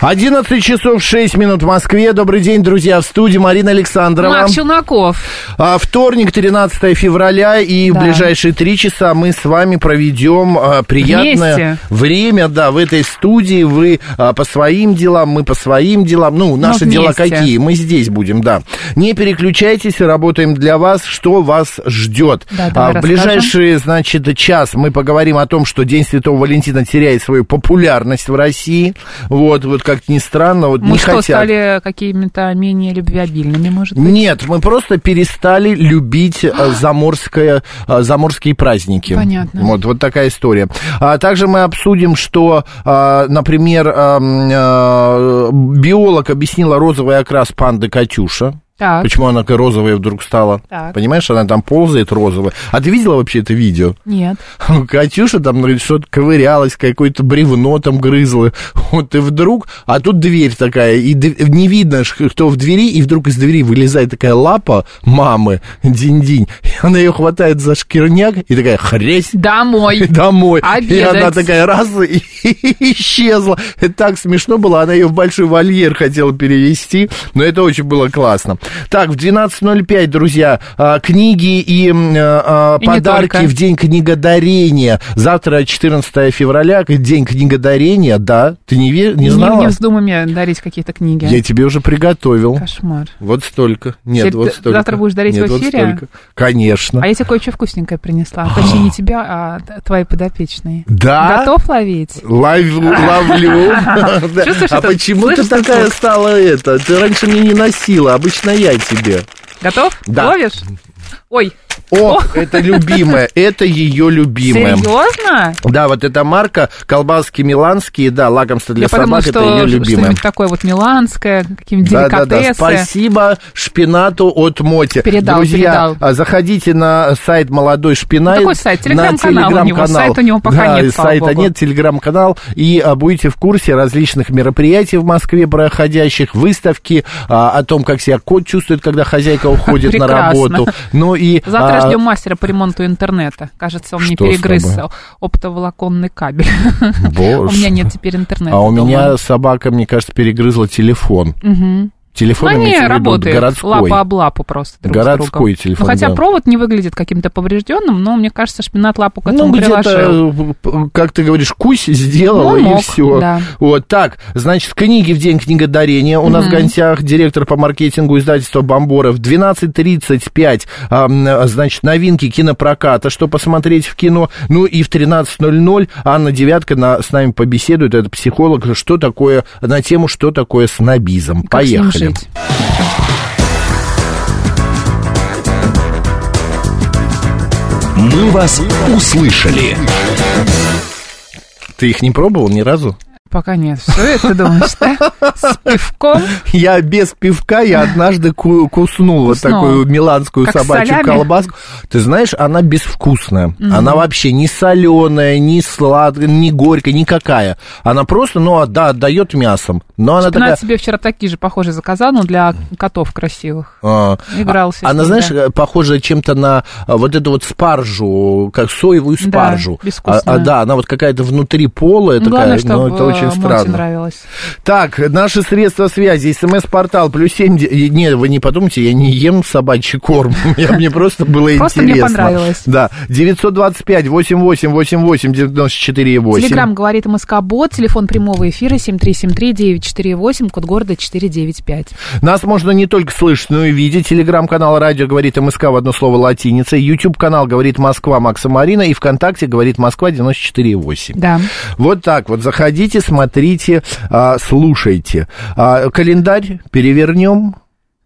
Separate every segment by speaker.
Speaker 1: 11 часов 6 минут в Москве. Добрый день, друзья, в студии Марина Александрова.
Speaker 2: Марк Челноков.
Speaker 1: А, Вторник, 13 февраля, и
Speaker 2: Да.
Speaker 1: в ближайшие три часа мы с вами проведем а, приятное
Speaker 2: Вместе.
Speaker 1: время, да, в этой студии. Вы а, по своим делам, мы по своим делам. Ну, наши дела
Speaker 2: вместе.
Speaker 1: какие? Мы здесь будем, да. Не переключайтесь, работаем для вас, что вас ждет.
Speaker 2: Да, давай
Speaker 1: А, в
Speaker 2: расскажем.
Speaker 1: ближайшие, значит, час мы поговорим о том, что День Святого Валентина теряет свою популярность в России. Вот, вот как ни странно, вот
Speaker 2: Мы
Speaker 1: не
Speaker 2: что,
Speaker 1: хотят.
Speaker 2: стали какими-то менее любвеобильными, может быть?
Speaker 1: Нет, мы просто перестали любить э, заморское, э, заморские праздники.
Speaker 2: Понятно.
Speaker 1: Вот, вот такая история. А также мы обсудим, что, а, например, эм, э, биолог объяснила розовый окрас панды Катюша.
Speaker 2: Так.
Speaker 1: Почему она такая розовая вдруг стала?
Speaker 2: Так.
Speaker 1: Понимаешь, она там ползает розовая. А ты видела вообще это видео?
Speaker 2: Нет.
Speaker 1: Катюша там, говорит, что-то ковырялась, какое-то бревно там грызла. Вот и вдруг, а тут дверь такая, и д- не видно, ш- кто в двери, и вдруг из двери вылезает такая лапа мамы, динь-динь, и она ее хватает за шкирняк, и такая, хресь, и
Speaker 2: Домой.
Speaker 1: домой. И
Speaker 2: Обедать.
Speaker 1: она такая раз и, исчезла. Это так смешно было. Она ее в большой вольер хотела перевести, но это очень было классно. Так, в 12.05, друзья, а, книги и м, а, а,
Speaker 2: И не
Speaker 1: подарки
Speaker 2: только.
Speaker 1: в День книгодарения. Завтра 14 февраля, День книгодарения, да? Ты не, ве- не знала?
Speaker 2: Не вздумай мне дарить какие-то книги.
Speaker 1: Я тебе уже приготовил.
Speaker 2: Кошмар.
Speaker 1: Вот столько. Нет,
Speaker 2: Теперь
Speaker 1: вот
Speaker 2: ты
Speaker 1: столько.
Speaker 2: завтра будешь дарить
Speaker 1: Нет,
Speaker 2: в
Speaker 1: вот
Speaker 2: эфире?
Speaker 1: столько. Конечно.
Speaker 2: А я тебе кое-что вкусненькое принесла. Точнее, не тебя, а т- твои подопечные.
Speaker 1: Да?
Speaker 2: Готов ловить?
Speaker 1: Ловлю, ловлю. Да.
Speaker 2: Чувствуешь
Speaker 1: А
Speaker 2: это?
Speaker 1: почему ты
Speaker 2: Слышишь этот
Speaker 1: такая
Speaker 2: звук?
Speaker 1: стала это? Ты раньше мне не носила, обычно я тебе.
Speaker 2: Готов?
Speaker 1: Да.
Speaker 2: Ловишь? Ой,
Speaker 1: О,
Speaker 2: О.
Speaker 1: это любимая, это ее любимая.
Speaker 2: серьезно?
Speaker 1: Да, вот эта марка, колбаски миланские, да, лакомство для
Speaker 2: я подумала,
Speaker 1: собак, это
Speaker 2: что
Speaker 1: ее
Speaker 2: ж-
Speaker 1: любимая.
Speaker 2: что-нибудь такое вот миланское, какие-нибудь
Speaker 1: Да-да-да,
Speaker 2: деликатесы.
Speaker 1: спасибо шпинату от Моти.
Speaker 2: Передал,
Speaker 1: Друзья,
Speaker 2: передал.
Speaker 1: а, заходите на сайт «Молодой шпинат».
Speaker 2: Ну, какой сайт?
Speaker 1: На
Speaker 2: Телеграм-канал у него.
Speaker 1: телеграм-канал.
Speaker 2: Сайта у него пока
Speaker 1: Да,
Speaker 2: нет, слава
Speaker 1: сайта
Speaker 2: богу.
Speaker 1: нет, телеграм-канал. И а, будете в курсе различных мероприятий в Москве проходящих, выставки, а, о том, как себя кот чувствует, когда хозяйка уходит на
Speaker 2: Прекрасно.
Speaker 1: работу. Ну и...
Speaker 2: Завтра
Speaker 1: а,
Speaker 2: ждем мастера по ремонту интернета. Кажется, он мне
Speaker 1: Что с
Speaker 2: перегрыз
Speaker 1: тобой?
Speaker 2: оптоволоконный кабель. У
Speaker 1: боже.
Speaker 2: меня нет теперь интернета.
Speaker 1: А у
Speaker 2: дома.
Speaker 1: меня собака, мне кажется, перегрызла телефон. Телефон
Speaker 2: Ну,
Speaker 1: имеется
Speaker 2: не,
Speaker 1: в виду
Speaker 2: работает.
Speaker 1: городской.
Speaker 2: Лапа об лапу просто друг
Speaker 1: Городской
Speaker 2: с другом.
Speaker 1: телефон,
Speaker 2: Ну, хотя
Speaker 1: да.
Speaker 2: провод не выглядит каким-то поврежденным, но мне кажется, шпинат лапу к этому
Speaker 1: ну,
Speaker 2: приложил.
Speaker 1: где-то, э, как ты говоришь, кусь сделала
Speaker 2: Ну,
Speaker 1: и
Speaker 2: мог,
Speaker 1: все.
Speaker 2: да.
Speaker 1: Вот так. Значит, книги в день книгодарения. У нас в гостях директор по маркетингу издательства Бомбора в 12.35. а, м, Значит, новинки кинопроката, что посмотреть в кино. Ну и в 13.00 Анна Девятка на- с нами побеседует. Это психолог, что такое, на тему, что такое снобизм.
Speaker 2: Как с ним
Speaker 1: Поехали.
Speaker 2: жить?
Speaker 3: «Мы вас услышали».
Speaker 1: Ты их не пробовал ни разу?
Speaker 2: Пока нет. Все это думаешь, да? С пивком?
Speaker 1: Я без пивка, я однажды ку- куснул вот
Speaker 2: Куснул.
Speaker 1: такую миланскую
Speaker 2: Как с
Speaker 1: собачью
Speaker 2: солями?
Speaker 1: колбаску. Ты знаешь, она безвкусная. Она вообще не соленая, не сладкая, не горькая, никакая. Она просто, ну, да, отдает мясом. Но она
Speaker 2: Шпинат
Speaker 1: такая...
Speaker 2: себе вчера такие же похожие заказал, но для котов красивых.
Speaker 1: а,
Speaker 2: Игрался с
Speaker 1: Она,
Speaker 2: ним,
Speaker 1: знаешь,
Speaker 2: да.
Speaker 1: э, похожа чем-то на а, вот эту вот спаржу, как соевую
Speaker 2: Да,
Speaker 1: спаржу. а,
Speaker 2: безвкусная.
Speaker 1: а, да, она вот какая-то внутри полая
Speaker 2: Ну,
Speaker 1: такая,
Speaker 2: главное,
Speaker 1: но
Speaker 2: чтобы
Speaker 1: это очень
Speaker 2: э, Монте
Speaker 1: странно.
Speaker 2: нравилось.
Speaker 1: Так, наши средства связи, смс-портал, плюс семь... де- и- Не, вы не подумайте, я не ем собачий корм, Я- мне просто было
Speaker 2: Просто
Speaker 1: интересно.
Speaker 2: мне понравилось.
Speaker 1: Да, 925-88-88-94-8.
Speaker 2: Телеграмм говорит МСК Бот, телефон прямого эфира 7373-948, код города 495.
Speaker 1: Нас можно не только слышать, но и видеть. Телеграм-канал «Радио» говорит МСК в одно слово латиница. Ютуб-канал говорит «Москва» Макса Марина. И ВКонтакте говорит «Москва» 94,8.
Speaker 2: Да.
Speaker 1: Вот так вот. Заходите, смотрите, а, слушайте. А, Календарь перевернем.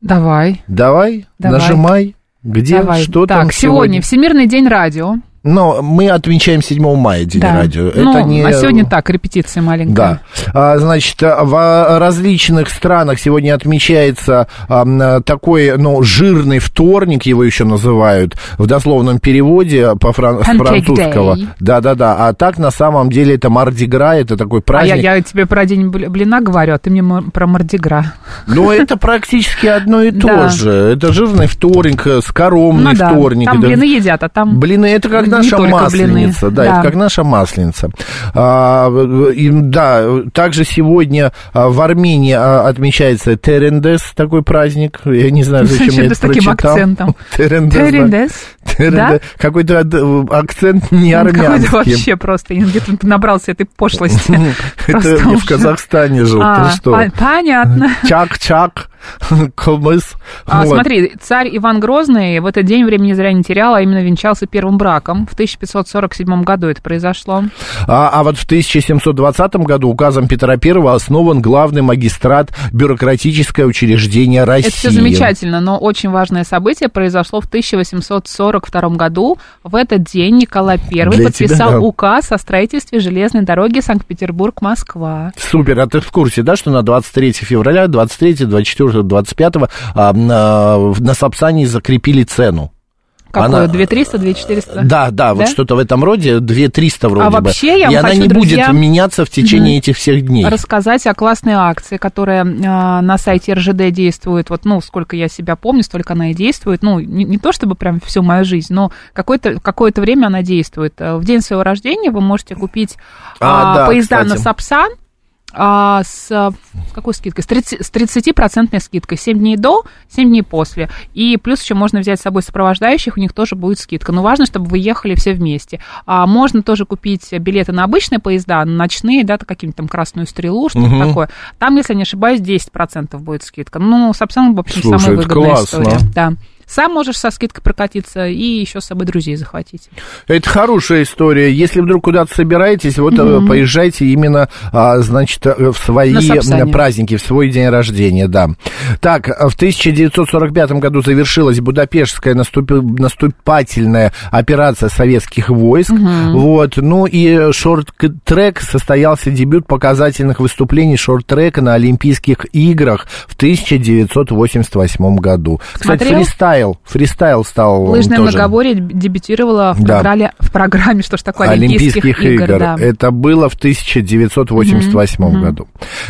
Speaker 2: Давай.
Speaker 1: Давай,
Speaker 2: Давай.
Speaker 1: нажимай. Где,
Speaker 2: давай.
Speaker 1: что
Speaker 2: так,
Speaker 1: там
Speaker 2: сегодня Всемирный день радио.
Speaker 1: Но мы отмечаем 7 мая День
Speaker 2: Да.
Speaker 1: радио.
Speaker 2: Ну,
Speaker 1: Это не...
Speaker 2: А сегодня так, репетиция маленькая.
Speaker 1: Да. А, Значит, а, в различных странах сегодня отмечается а, м, такой, ну, жирный вторник, его еще называют, в дословном переводе по фран- с
Speaker 2: Pancake
Speaker 1: французского.
Speaker 2: Day.
Speaker 1: Да-да-да. А так, на самом деле, это Мардигра, это
Speaker 2: А
Speaker 1: такой
Speaker 2: я,
Speaker 1: праздник.
Speaker 2: я тебе про день бл- блина говорю, а ты мне м- про Мардигра.
Speaker 1: Но это практически одно и то
Speaker 2: Да.
Speaker 1: же. Это жирный вторник, э, скоромный
Speaker 2: Ну да,
Speaker 1: вторник.
Speaker 2: там
Speaker 1: Это-
Speaker 2: блины едят, а там...
Speaker 1: Блины ну это как
Speaker 2: Не
Speaker 1: наша
Speaker 2: только
Speaker 1: масленица,
Speaker 2: блины.
Speaker 1: да,
Speaker 2: Да.
Speaker 1: это как наша масленица. А, в- и, да, также сегодня а, в Армении а, отмечается Терендес, такой праздник. Я не знаю, зачем
Speaker 2: Зачем
Speaker 1: я
Speaker 2: ты
Speaker 1: это
Speaker 2: с таким
Speaker 1: прочитал.
Speaker 2: акцентом?
Speaker 1: Терендес. да.
Speaker 2: Терендес?
Speaker 1: Терендес. Какой-то ад- акцент не армянский.
Speaker 2: Какой-то вообще просто, где ты набрался этой пошлости.
Speaker 1: Это
Speaker 2: Просто
Speaker 1: я в
Speaker 2: уже.
Speaker 1: Казахстане жил,
Speaker 2: А,
Speaker 1: ты что?
Speaker 2: пон- Понятно.
Speaker 1: Чак-чак, кылмыс.
Speaker 2: А,
Speaker 1: Вот.
Speaker 2: Смотри, царь Иван Грозный в этот день времени зря не терял, а именно венчался первым браком. В 1547 году это произошло.
Speaker 1: А, а вот в 1720 году указом Петра I основан главный магистрат бюрократическое учреждение России.
Speaker 2: Это все замечательно, но очень важное событие произошло в 1842 году. В этот день Николай I
Speaker 1: Для
Speaker 2: подписал
Speaker 1: тебя, да.
Speaker 2: указ о строительстве железной дороги Санкт-Петербург-Москва.
Speaker 1: Супер, а ты в курсе, да, что на 23 февраля, 23, 24, 25 а, на, в- на Сапсане закрепили цену. Она-
Speaker 2: Какое? 2300, 2400?
Speaker 1: Да, да, вот
Speaker 2: Да?
Speaker 1: что-то в этом роде, 2300 вроде
Speaker 2: А
Speaker 1: бы.
Speaker 2: вообще я
Speaker 1: И
Speaker 2: вам
Speaker 1: она
Speaker 2: хочу,
Speaker 1: не
Speaker 2: друзья,
Speaker 1: будет меняться в течение этих всех дней.
Speaker 2: рассказать о классной акции, которая а, на сайте РЖД действует, вот, ну, сколько я себя помню, столько она и действует, ну, не, не то чтобы прям всю мою жизнь, но какое-то, какое-то время она действует. Э, В день своего рождения вы можете купить
Speaker 1: А,
Speaker 2: а,
Speaker 1: да,
Speaker 2: поезда
Speaker 1: кстати.
Speaker 2: на Сапсан а, с, а, с какой скидкой? С, 30, с 30% скидкой. 7 дней до, 7 дней после. И плюс еще можно взять с собой сопровождающих, у них тоже будет скидка. Но важно, чтобы вы ехали все вместе. А, можно тоже купить билеты на обычные поезда, на ночные, да, какие-нибудь там красную стрелу, что-то
Speaker 1: Мгм.
Speaker 2: такое. Там, если не ошибаюсь, 10% будет скидка. Ну, с Сапсаном, в общем,
Speaker 1: Слушай,
Speaker 2: самая
Speaker 1: это
Speaker 2: выгодная
Speaker 1: классно.
Speaker 2: история. Да. Сам можешь со скидкой прокатиться и еще с собой друзей захватить.
Speaker 1: Это хорошая история. Если вдруг куда-то собираетесь, вот э, поезжайте именно, а, значит, э, в свои
Speaker 2: На Сапсане.
Speaker 1: э, праздники, в свой день рождения, да. Так, э, в 1945 году завершилась Будапештская наступи- наступательная операция советских войск. Вот, ну и шорт-трек состоялся дебют показательных выступлений шорт-трека на Олимпийских играх в 1988 году. Кстати,
Speaker 2: Смотрел?
Speaker 1: фристайл, фристайл стал м,
Speaker 2: Лыжное
Speaker 1: тоже.
Speaker 2: многоборье дебю- дебютировала в,
Speaker 1: Да.
Speaker 2: программе, в программе, что ж такое, Олимпийских, игр. да.
Speaker 1: Это было в 1988 году.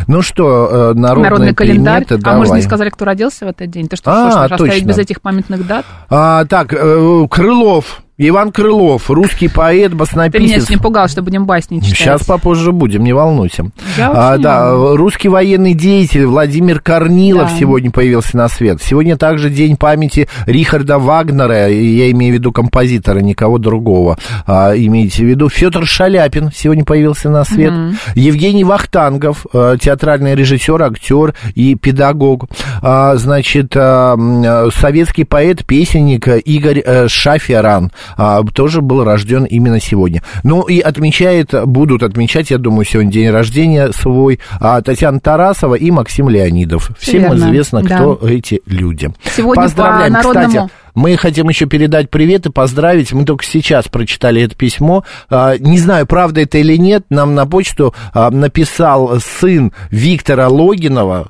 Speaker 1: Ну что, э, народные
Speaker 2: Народный календарь.
Speaker 1: приметы,
Speaker 2: А мы же
Speaker 1: давай.
Speaker 2: не сказали, кто родился в этот день. Ты что,
Speaker 1: А,
Speaker 2: хочешь нас оставить
Speaker 1: точно.
Speaker 2: без этих памятных дат?
Speaker 1: А, так, э, Крылов, Иван Крылов, русский поэт,
Speaker 2: Ты меня
Speaker 1: баснописец.
Speaker 2: сегодня пугал, что будем басни читать.
Speaker 1: Сейчас попозже будем, не волнуйся.
Speaker 2: Я
Speaker 1: А,
Speaker 2: очень
Speaker 1: да, русский военный деятель Владимир Корнилов
Speaker 2: Да.
Speaker 1: сегодня появился на свет. Сегодня также день памяти Рихарда Вагнера, и я имею в виду композитора, никого другого. А, имейте в виду Федор Шаляпин сегодня появился на свет. Евгений Вахтангов, э, театральный режиссер, актер и педагог. А, значит, а, м, э, советский поэт, песенник э, Игорь э, Шаферан а, тоже был рожден именно сегодня. Ну и отмечает, будут отмечать, я думаю, сегодня день рождения свой а, Татьяна Тарасова и Максим Леонидов. Всем
Speaker 2: верно,
Speaker 1: известно,
Speaker 2: да.
Speaker 1: кто эти люди.
Speaker 2: Сегодня по
Speaker 1: Поздравляем.
Speaker 2: народному.
Speaker 1: Кстати, мы хотим еще передать привет и поздравить. Мы только сейчас прочитали это письмо. А, Не знаю, правда это или нет. Нам на почту а, написал сын Виктора Логинова.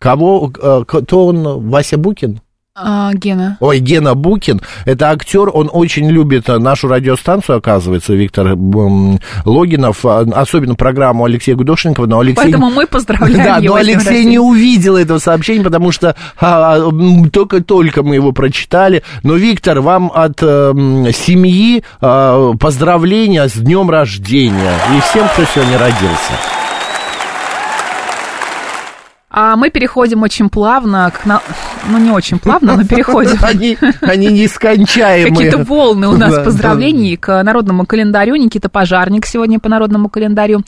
Speaker 1: Кого? э, Кто он? Вася Букин?
Speaker 2: А, Гена.
Speaker 1: Ой, Гена Букин, это актер, он очень любит э, нашу радиостанцию, оказывается, Виктор м, Логинов, а, особенно программу Алексея Гудошникова, но Алексей...
Speaker 2: Поэтому мы поздравляем его
Speaker 1: Да, но
Speaker 2: с днем
Speaker 1: Алексей
Speaker 2: рождения.
Speaker 1: не увидел этого сообщения, потому что а, м, только-только мы его прочитали. Но, Виктор, вам от э, м, семьи э, поздравления с днем рождения и всем, кто сегодня родился.
Speaker 2: А мы переходим очень плавно к... на- Ну, не очень плавно, но переходим.
Speaker 1: Они, они нескончаемые.
Speaker 2: Какие-то волны у нас
Speaker 1: Да, да.
Speaker 2: поздравлений к народному календарю. Никита Пожарник сегодня по народному календарю.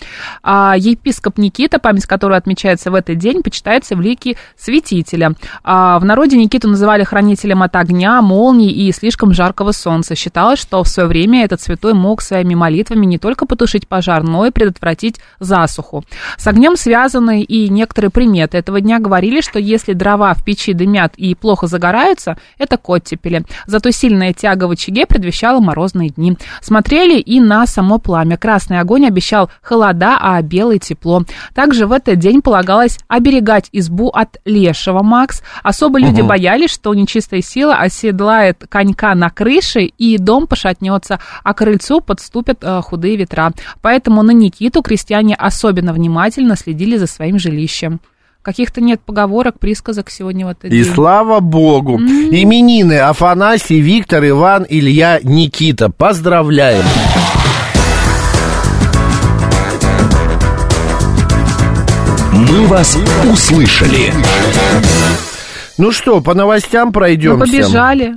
Speaker 2: А, епископ Никита, память которого отмечается в этот день, почитается в лике святителя. А, в народе Никиту называли хранителем от огня, молний и слишком жаркого солнца. Считалось, что в свое время этот святой мог своими молитвами не только потушить пожар, но и предотвратить засуху. С огнем связаны и некоторые приметы. эксперты этого дня говорили, что если дрова в печи дымят и плохо загораются, это коттепели. Зато сильная тяга в очаге предвещала морозные дни. Смотрели и на само пламя. Красный огонь обещал холода, а белый тепло. Также в этот день полагалось оберегать избу от лешего, Макс. Особо люди боялись, что нечистая сила оседлает конька на крыше, и дом пошатнется, а к крыльцу подступят э, худые ветра. Поэтому на Никиту крестьяне особенно внимательно следили за своим жилищем. Каких-то нет поговорок, присказок сегодня в этот
Speaker 1: И
Speaker 2: день.
Speaker 1: слава богу. Именины Афанасий, Виктор, Иван, Илья, Никита. Поздравляем.
Speaker 3: «Мы вас услышали».
Speaker 1: Ну что, по новостям пройдемся.
Speaker 2: Мы Ну, побежали.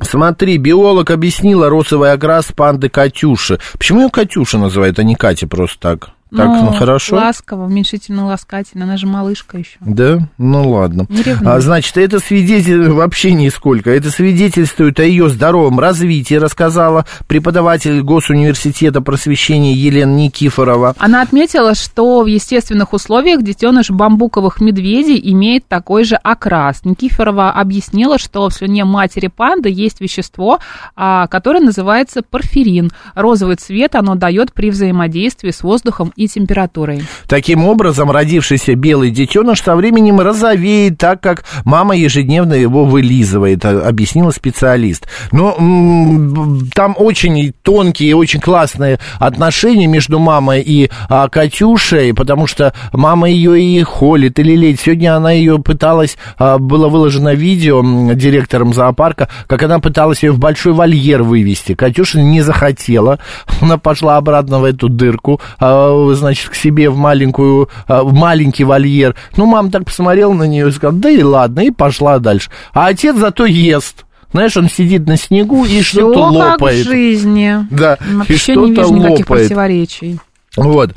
Speaker 1: Смотри, биолог объяснила росовый окрас панды Катюши. Почему ее Катюша называют, а не Катя просто так? Так, ну,
Speaker 2: Ну,
Speaker 1: хорошо.
Speaker 2: Ласково, уменьшительно ласкательно. Она же малышка еще.
Speaker 1: Да? Ну ладно.
Speaker 2: Не ревнуй.
Speaker 1: А, значит, это свидетель вообще нисколько. Это свидетельствует о ее здоровом развитии, рассказала преподаватель Госуниверситета просвещения Елена Никифорова.
Speaker 2: Она отметила, что в естественных условиях детеныш бамбуковых медведей имеет такой же окрас. Никифорова объяснила, что в слюне матери панды есть вещество, а, которое называется порфирин. Розовый цвет оно дает при взаимодействии с воздухом и температурой.
Speaker 1: Таким образом, родившийся белый детеныш со временем розовеет, так как мама ежедневно его вылизывает, а- объяснила специалист. Но м, там очень тонкие, и очень классные отношения между мамой и а, Катюшей, потому что мама ее и холит, и лелеет. Сегодня она ее пыталась, а, было выложено видео м, директором зоопарка, как она пыталась ее в большой вольер вывести. Катюша не захотела, она пошла обратно в эту дырку, а, значит, к себе в маленькую, а, в маленький вольер. Ну, мама так посмотрела на нее и сказала, да и ладно, и пошла дальше. А отец зато ест. Знаешь, он сидит на снегу Ну, и что-то
Speaker 2: Всё как в
Speaker 1: лопает.
Speaker 2: жизни.
Speaker 1: Да, и
Speaker 2: Вообще не
Speaker 1: что-то
Speaker 2: вижу никаких
Speaker 1: лопает.
Speaker 2: противоречий.
Speaker 1: Вот.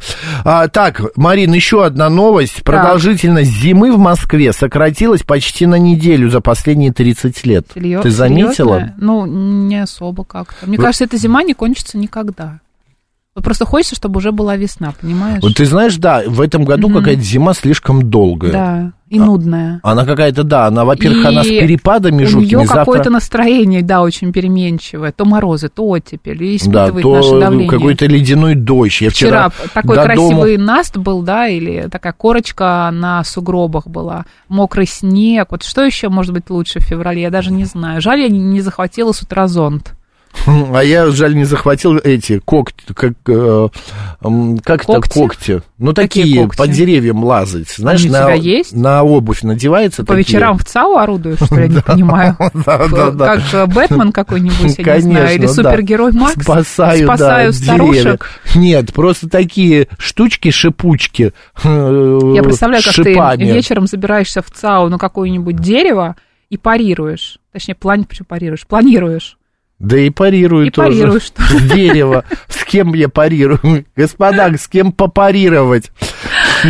Speaker 1: А, так, Марин, еще одна новость. Продолжительность зимы в Москве сократилась почти на неделю за последние 30 лет.
Speaker 2: Серьё-
Speaker 1: Ты заметила?
Speaker 2: серьёзно? Ну, не особо как-то. Мне
Speaker 1: Вы-
Speaker 2: кажется, эта зима не кончится никогда. Вот Просто хочется, чтобы уже была весна, понимаешь?
Speaker 1: Вот ты э, знаешь, да, в этом году какая-то зима слишком долгая.
Speaker 2: Да,
Speaker 1: а
Speaker 2: и нудная.
Speaker 1: Она какая-то, да, она, во-первых, она с
Speaker 2: И
Speaker 1: перепадами
Speaker 2: У
Speaker 1: жуткими.
Speaker 2: нее
Speaker 1: Завтра-
Speaker 2: какое-то настроение, да, очень переменчивое. То морозы, то оттепель, и
Speaker 1: да,
Speaker 2: испытывает наше
Speaker 1: то
Speaker 2: давление.
Speaker 1: какой-то ледяной дождь. Я
Speaker 2: Вчера
Speaker 1: вчера,
Speaker 2: такой
Speaker 1: до дома-
Speaker 2: красивый наст был, да, или такая корочка на сугробах была, мокрый снег. Вот что еще может быть лучше в феврале, я даже не знаю. Жаль, я не- не захватила с утра зонт.
Speaker 1: Хм, А я, жаль, не захватил эти когти, как, э, м, как это
Speaker 2: Когти?
Speaker 1: когти? Ну,
Speaker 2: Какие
Speaker 1: такие,
Speaker 2: когти?
Speaker 1: по деревьям лазать. Знаешь,
Speaker 2: у
Speaker 1: на,
Speaker 2: тебя есть?
Speaker 1: на обувь надевается.
Speaker 2: По
Speaker 1: такие.
Speaker 2: вечерам в ЦАУ орудуешь, что ли, я не понимаю.
Speaker 1: да, да, да.
Speaker 2: Как э, Бэтмен какой-нибудь, я не знаю, или
Speaker 1: Конечно, да.
Speaker 2: супергерой Макс.
Speaker 1: Спасаю, да,
Speaker 2: Спасаю
Speaker 1: деревья.
Speaker 2: старушек.
Speaker 1: Нет, просто такие штучки, шипучки.
Speaker 2: Я представляю, как
Speaker 1: шипами.
Speaker 2: ты вечером забираешься в ЦАУ на какое-нибудь дерево и парируешь. Точнее, план... почему парируешь? Планируешь.
Speaker 1: Да и парирую
Speaker 2: И
Speaker 1: тоже.
Speaker 2: парируешь тоже.
Speaker 1: С дерева. С кем я парирую? Господа, с кем попарировать?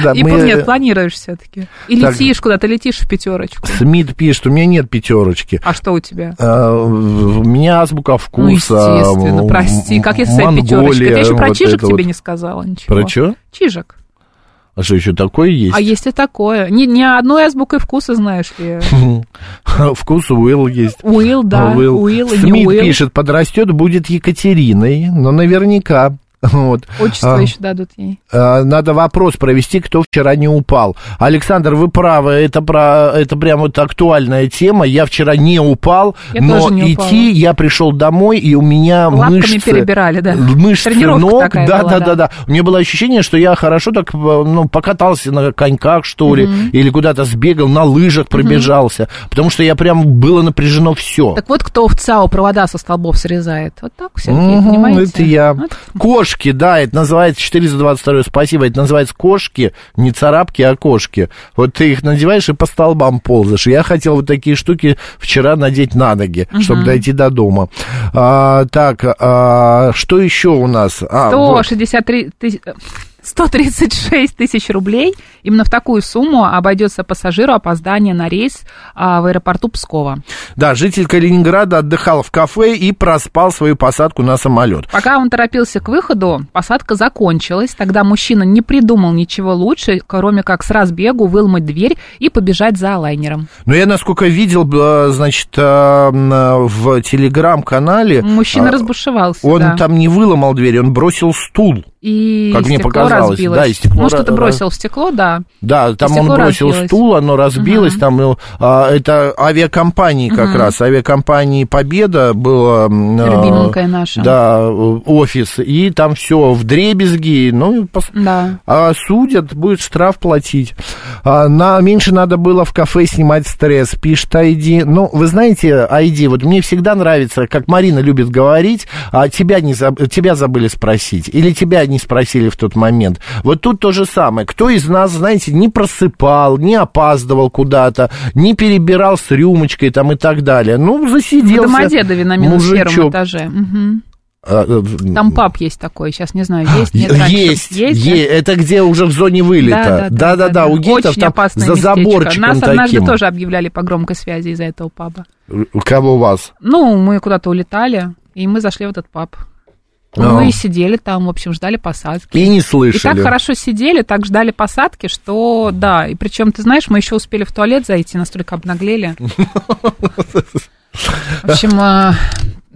Speaker 1: Да,
Speaker 2: И,
Speaker 1: мы-
Speaker 2: пл- Нет, планируешь все-таки. И
Speaker 1: Так.
Speaker 2: летишь куда-то, летишь в пятерочку.
Speaker 1: Смит пишет, у меня нет пятерочки.
Speaker 2: А что у тебя?
Speaker 1: А, У меня азбука вкуса.
Speaker 2: Ну, естественно,
Speaker 1: м,
Speaker 2: прости. Как я с своей
Speaker 1: Монголия,
Speaker 2: пятерочкой? Я еще про
Speaker 1: вот
Speaker 2: чижик
Speaker 1: это
Speaker 2: тебе
Speaker 1: вот.
Speaker 2: не сказала ничего.
Speaker 1: Про что?
Speaker 2: Чижик.
Speaker 1: А что еще такое есть?
Speaker 2: А есть и такое. Ни, ни одной азбукой вкуса, знаешь ли.
Speaker 1: Вкус Уилл есть.
Speaker 2: Уилл, да.
Speaker 1: А, Уилл.
Speaker 2: Уилл, и не
Speaker 1: Смит
Speaker 2: Уилл.
Speaker 1: пишет, подрастет, будет Екатериной, но наверняка. Вот.
Speaker 2: Отчество
Speaker 1: А.
Speaker 2: еще дадут ей.
Speaker 1: Э, Надо вопрос провести, кто вчера не упал. Александр, вы правы, это, про, это прям вот актуальная тема. Я вчера не упал,
Speaker 2: Я
Speaker 1: но
Speaker 2: тоже не
Speaker 1: идти
Speaker 2: упала.
Speaker 1: я пришел домой, и у меня
Speaker 2: Лапками
Speaker 1: мышцы...
Speaker 2: перебирали, да.
Speaker 1: Мышцы
Speaker 2: Тренировка
Speaker 1: ног,
Speaker 2: такая
Speaker 1: да,
Speaker 2: была,
Speaker 1: да, да, да. У меня было ощущение, что я хорошо так э, ну, покатался на коньках, что ли, или куда-то сбегал, на лыжах пробежался, потому что я прям, было напряжено все.
Speaker 2: Так вот, кто в ЦАО провода со столбов срезает. Вот так, Сергей,
Speaker 1: Мгм,
Speaker 2: понимаете?
Speaker 1: Это я.
Speaker 2: Вот.
Speaker 1: Кошки, да, это называется 422 спасибо, это называется кошки, не царапки, а кошки. Вот ты их надеваешь и по столбам ползаешь. Я хотел вот такие штуки вчера надеть на ноги, чтобы дойти до дома. А, так, а, что еще у нас? А, вот.
Speaker 2: 163 тысяч... э, 136 тысяч рублей. Именно в такую сумму обойдется пассажиру опоздание на рейс а, в аэропорту Пскова.
Speaker 1: Да, житель Калининграда отдыхал в кафе и проспал свою посадку на самолет.
Speaker 2: Пока он торопился к выходу, посадка закончилась. Тогда мужчина не придумал ничего лучше, кроме как с разбегу выломать дверь и побежать за лайнером.
Speaker 1: Но я, насколько видел, б- значит, а, м, а, в телеграм-канале...
Speaker 2: Мужчина
Speaker 1: а,
Speaker 2: разбушевался,
Speaker 1: Он
Speaker 2: да.
Speaker 1: там не выломал дверь, он бросил стул.
Speaker 2: И
Speaker 1: как мне
Speaker 2: стекло
Speaker 1: показалось,
Speaker 2: разбилось.
Speaker 1: да, и стекло
Speaker 2: ну, что-то
Speaker 1: ра-
Speaker 2: бросил в стекло, да.
Speaker 1: Да, там он
Speaker 2: стекло
Speaker 1: бросил
Speaker 2: разбилось.
Speaker 1: стул, оно разбилось. Там э, а, это авиакомпании как раз, авиакомпании Победа было. м, э,
Speaker 2: Любименькая наша.
Speaker 1: Да, э, офис и там все в дребезги. Ну, и пос-
Speaker 2: Да.
Speaker 1: а судят, будет штраф платить. А, на, меньше надо было в кафе снимать стресс, пишет Айди. Ну, вы знаете, Айди, вот мне всегда нравится, как Марина любит говорить, а тебя, не заб- тебя забыли спросить, или тебя не спросили в тот момент. Вот тут то же самое. Кто из нас, знаете, не просыпал, не опаздывал куда-то, не перебирал с рюмочкой там и так далее. Ну,
Speaker 2: В
Speaker 1: засиделся
Speaker 2: Домодедове на минус первом
Speaker 1: мужичок.
Speaker 2: этаже. Мгм.
Speaker 1: А, э,
Speaker 2: Там паб есть такой, сейчас не знаю, есть, нет, раньше.
Speaker 1: Есть, есть, это где уже в зоне вылета. Да, да, да, у гейтов
Speaker 2: Очень
Speaker 1: там
Speaker 2: опасное
Speaker 1: за
Speaker 2: местечко.
Speaker 1: заборчиком
Speaker 2: Нас однажды
Speaker 1: таким.
Speaker 2: тоже объявляли по громкой связи из-за этого паба.
Speaker 1: У Э, Кого у вас?
Speaker 2: Ну, мы куда-то улетали, и мы зашли в этот паб.
Speaker 1: А.
Speaker 2: Ну и сидели там, в общем, ждали посадки.
Speaker 1: И не
Speaker 2: И так
Speaker 1: слышали.
Speaker 2: хорошо сидели, так ждали посадки, что да. И причем, ты знаешь, мы еще успели в туалет зайти, настолько обнаглели. В общем, э,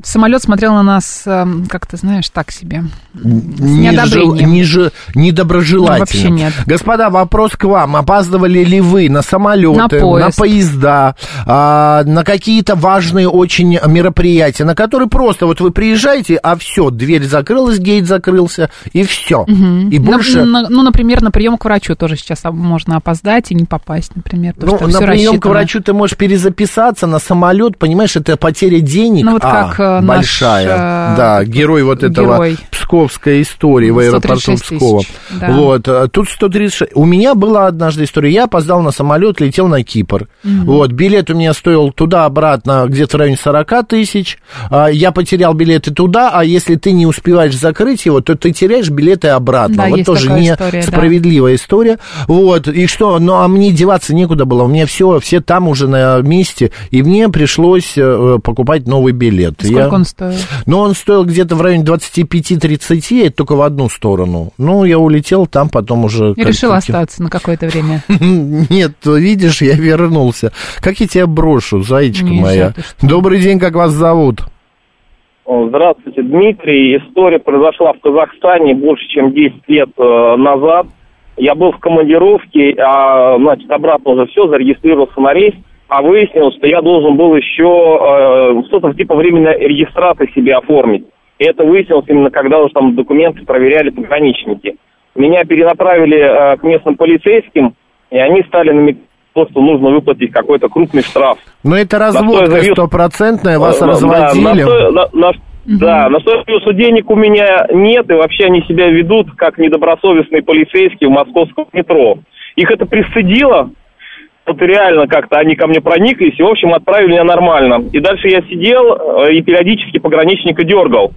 Speaker 2: самолет смотрел на нас, э, как ты знаешь, так себе.
Speaker 1: Не жел-
Speaker 2: неодобрением.
Speaker 1: не же- Недоброжелательно.
Speaker 2: Ну, вообще нет.
Speaker 1: Господа, вопрос к вам. Опаздывали ли вы на
Speaker 2: На
Speaker 1: самолеты,
Speaker 2: поезд.
Speaker 1: поезда, а, на какие-то важные очень мероприятия, на которые просто вот вы приезжаете, а все, дверь закрылась, гейт закрылся, и все.
Speaker 2: На-
Speaker 1: И больше...
Speaker 2: на- ну, например, на прием к врачу тоже сейчас об- можно опоздать и не попасть, например. потому
Speaker 1: Ну,
Speaker 2: что
Speaker 1: на
Speaker 2: всё
Speaker 1: прием к
Speaker 2: рассчитано.
Speaker 1: врачу ты можешь перезаписаться на самолет, понимаешь, это потеря денег.
Speaker 2: Ну, вот
Speaker 1: а,
Speaker 2: как, э, наш,
Speaker 1: большая.
Speaker 2: э,
Speaker 1: да, герой вот этого
Speaker 2: герой.
Speaker 1: псковской истории в аэропорту
Speaker 2: 136
Speaker 1: Пскова.
Speaker 2: тысяч, да.
Speaker 1: Вот, э, тут 136. У меня была однажды история. Я опоздал на самолет, летел на Кипр. Вот, билет у меня стоил туда-обратно где-то в районе 40 тысяч. А, Я потерял билеты туда, а если ты не успеваешь закрыть его, то ты теряешь билеты обратно.
Speaker 2: Да,
Speaker 1: вот
Speaker 2: есть
Speaker 1: тоже
Speaker 2: такая
Speaker 1: не
Speaker 2: история, да.
Speaker 1: справедливо справедливая история. Вот, и что, ну, а мне деваться некуда было, у меня все, все там уже на месте, и мне пришлось э, покупать новый билет.
Speaker 2: Сколько
Speaker 1: Я-
Speaker 2: он стоил?
Speaker 1: Ну, он стоил где-то в районе 25-30, это только в одну сторону. Ну, я улетел там, потом уже...
Speaker 2: Я
Speaker 1: как-
Speaker 2: решила
Speaker 1: как-
Speaker 2: остаться на какое-то время.
Speaker 1: Нет, видишь, я вернулся. Как я тебя брошу, зайчка
Speaker 2: Не,
Speaker 1: моя.
Speaker 2: жаль, ты что.
Speaker 1: Добрый день, как вас зовут?
Speaker 4: О, Здравствуйте, Дмитрий. История произошла в Казахстане больше, чем 10 лет э, назад. Я был в командировке, а, значит, обратно уже все, зарегистрировался на рейс, а выяснилось, что я должен был еще э, что-то типа временной регистрации себе оформить. И это выяснилось именно когда уже там документы проверяли пограничники. Меня перенаправили э, к местным полицейским, и они стали намекать, что нужно выплатить какой-то крупный штраф.
Speaker 1: Ну, это
Speaker 4: что я
Speaker 1: разводка
Speaker 4: завис?
Speaker 1: стопроцентная, вас
Speaker 4: Э, да, на
Speaker 1: разводили.
Speaker 4: что- на- на- Да, на что плюс денег у меня нет, и вообще они себя ведут как недобросовестные полицейские в московском метро. Их это присыдило, вот реально как-то они ко мне прониклись, и, в общем, отправили меня нормально. И дальше я сидел э, и периодически пограничника дергал.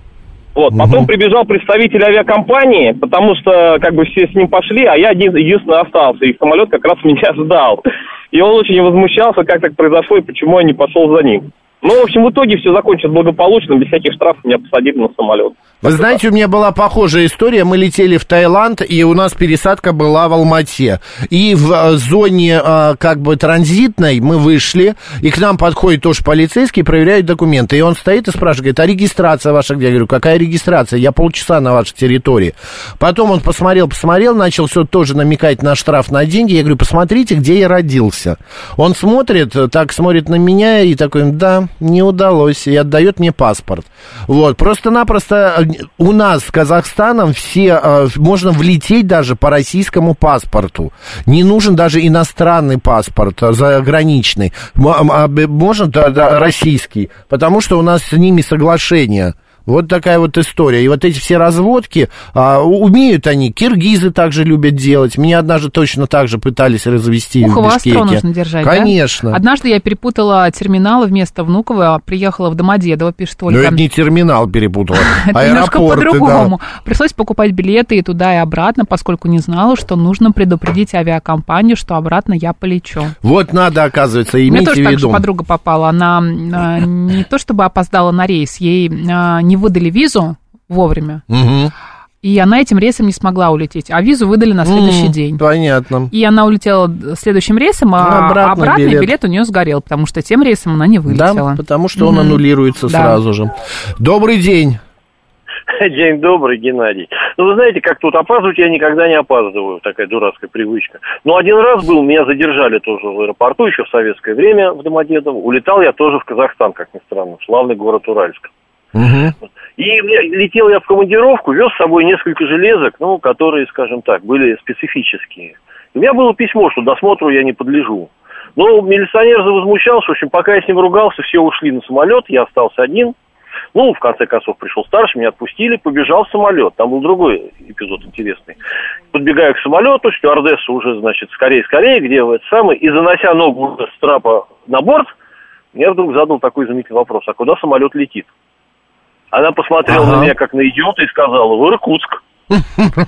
Speaker 4: Вот. Потом прибежал представитель авиакомпании, потому что как бы все с ним пошли, а я один единственный остался. И самолет как раз меня ждал. И он очень возмущался, как так произошло и почему я не пошел за ним. Ну, в общем, в итоге все закончилось благополучно, без всяких штрафов меня посадили на самолет.
Speaker 1: Вы знаете, у меня была похожая история. Мы летели в Таиланд, и у нас пересадка была в Алмате. И в э, зоне э, как бы транзитной мы вышли, и к нам подходит тоже полицейский, проверяет документы. И он стоит и спрашивает, говорит, а регистрация ваша где? Я говорю, какая регистрация? Я полчаса на вашей территории. Потом он посмотрел, посмотрел, начал все тоже намекать на штраф, на деньги. Я говорю, посмотрите, где я родился. Он смотрит, э, так смотрит на меня и такой, да, не удалось, и отдает мне паспорт. Вот, просто-напросто э, у нас с Казахстаном все, э, можно влететь даже по российскому паспорту. Не нужен даже иностранный паспорт, э, заграничный. М- а, б- Можно да, да, российский, потому что у нас с ними соглашение. Вот такая вот история. И вот эти все разводки, а, у- умеют они, киргизы также любят делать. Меня однажды точно так же пытались развести
Speaker 2: Ухо
Speaker 1: в
Speaker 2: востро
Speaker 1: Бишкеке.
Speaker 2: нужно держать, да?
Speaker 1: Конечно.
Speaker 2: Однажды я перепутала терминалы вместо Внуково, а, приехала в Домодедово, пишет
Speaker 1: Но
Speaker 2: Ольга.
Speaker 1: Ну, это не терминал перепутал,
Speaker 2: Это немножко
Speaker 1: аэропорт.
Speaker 2: по-другому. Пришлось покупать билеты и туда, и обратно, поскольку не знала, что нужно предупредить авиакомпанию, что обратно я полечу.
Speaker 1: Вот надо, оказывается,
Speaker 2: Мне
Speaker 1: иметь в
Speaker 2: тоже так же
Speaker 1: виду.
Speaker 2: подруга попала. Она э, не то чтобы опоздала на рейс, ей э, не выдали визу вовремя,
Speaker 1: Мгм.
Speaker 2: и она этим рейсом не смогла улететь, а визу выдали на следующий
Speaker 1: М,
Speaker 2: день.
Speaker 1: Понятно.
Speaker 2: И она улетела следующим рейсом,
Speaker 1: Ну,
Speaker 2: а
Speaker 1: обратно
Speaker 2: обратный
Speaker 1: билет.
Speaker 2: билет. у нее сгорел, потому что тем рейсом она не вылетела.
Speaker 1: Да, потому что он аннулируется
Speaker 2: Да.
Speaker 1: сразу же. Добрый день.
Speaker 5: День добрый, Геннадий. Ну, вы знаете, как тут опаздывать, я никогда не опаздываю, такая дурацкая привычка. Но один раз был, меня задержали тоже в аэропорту, еще в советское время в Домодедово. Улетал я тоже в Казахстан, как ни странно, в славный город Уральск.
Speaker 1: Мгм.
Speaker 5: И мне- летел я в командировку, вез с собой несколько железок, ну, которые, скажем так, были специфические. У меня было письмо, что досмотру я не подлежу. Но милиционер завозмущался, в общем, пока я с ним ругался, все ушли на самолет, я остался один. Ну, в конце концов, пришел старший, меня отпустили, побежал в самолет. Там был другой эпизод интересный. Подбегаю к самолету, стюардесса уже, значит, скорее-скорее, где вы это самое, и занося ногу уже с трапа на борт, я вдруг задал такой изумительный вопрос, а куда самолет летит? Она посмотрела
Speaker 1: Ага.
Speaker 5: на меня как на идиота и сказала, в Иркутск.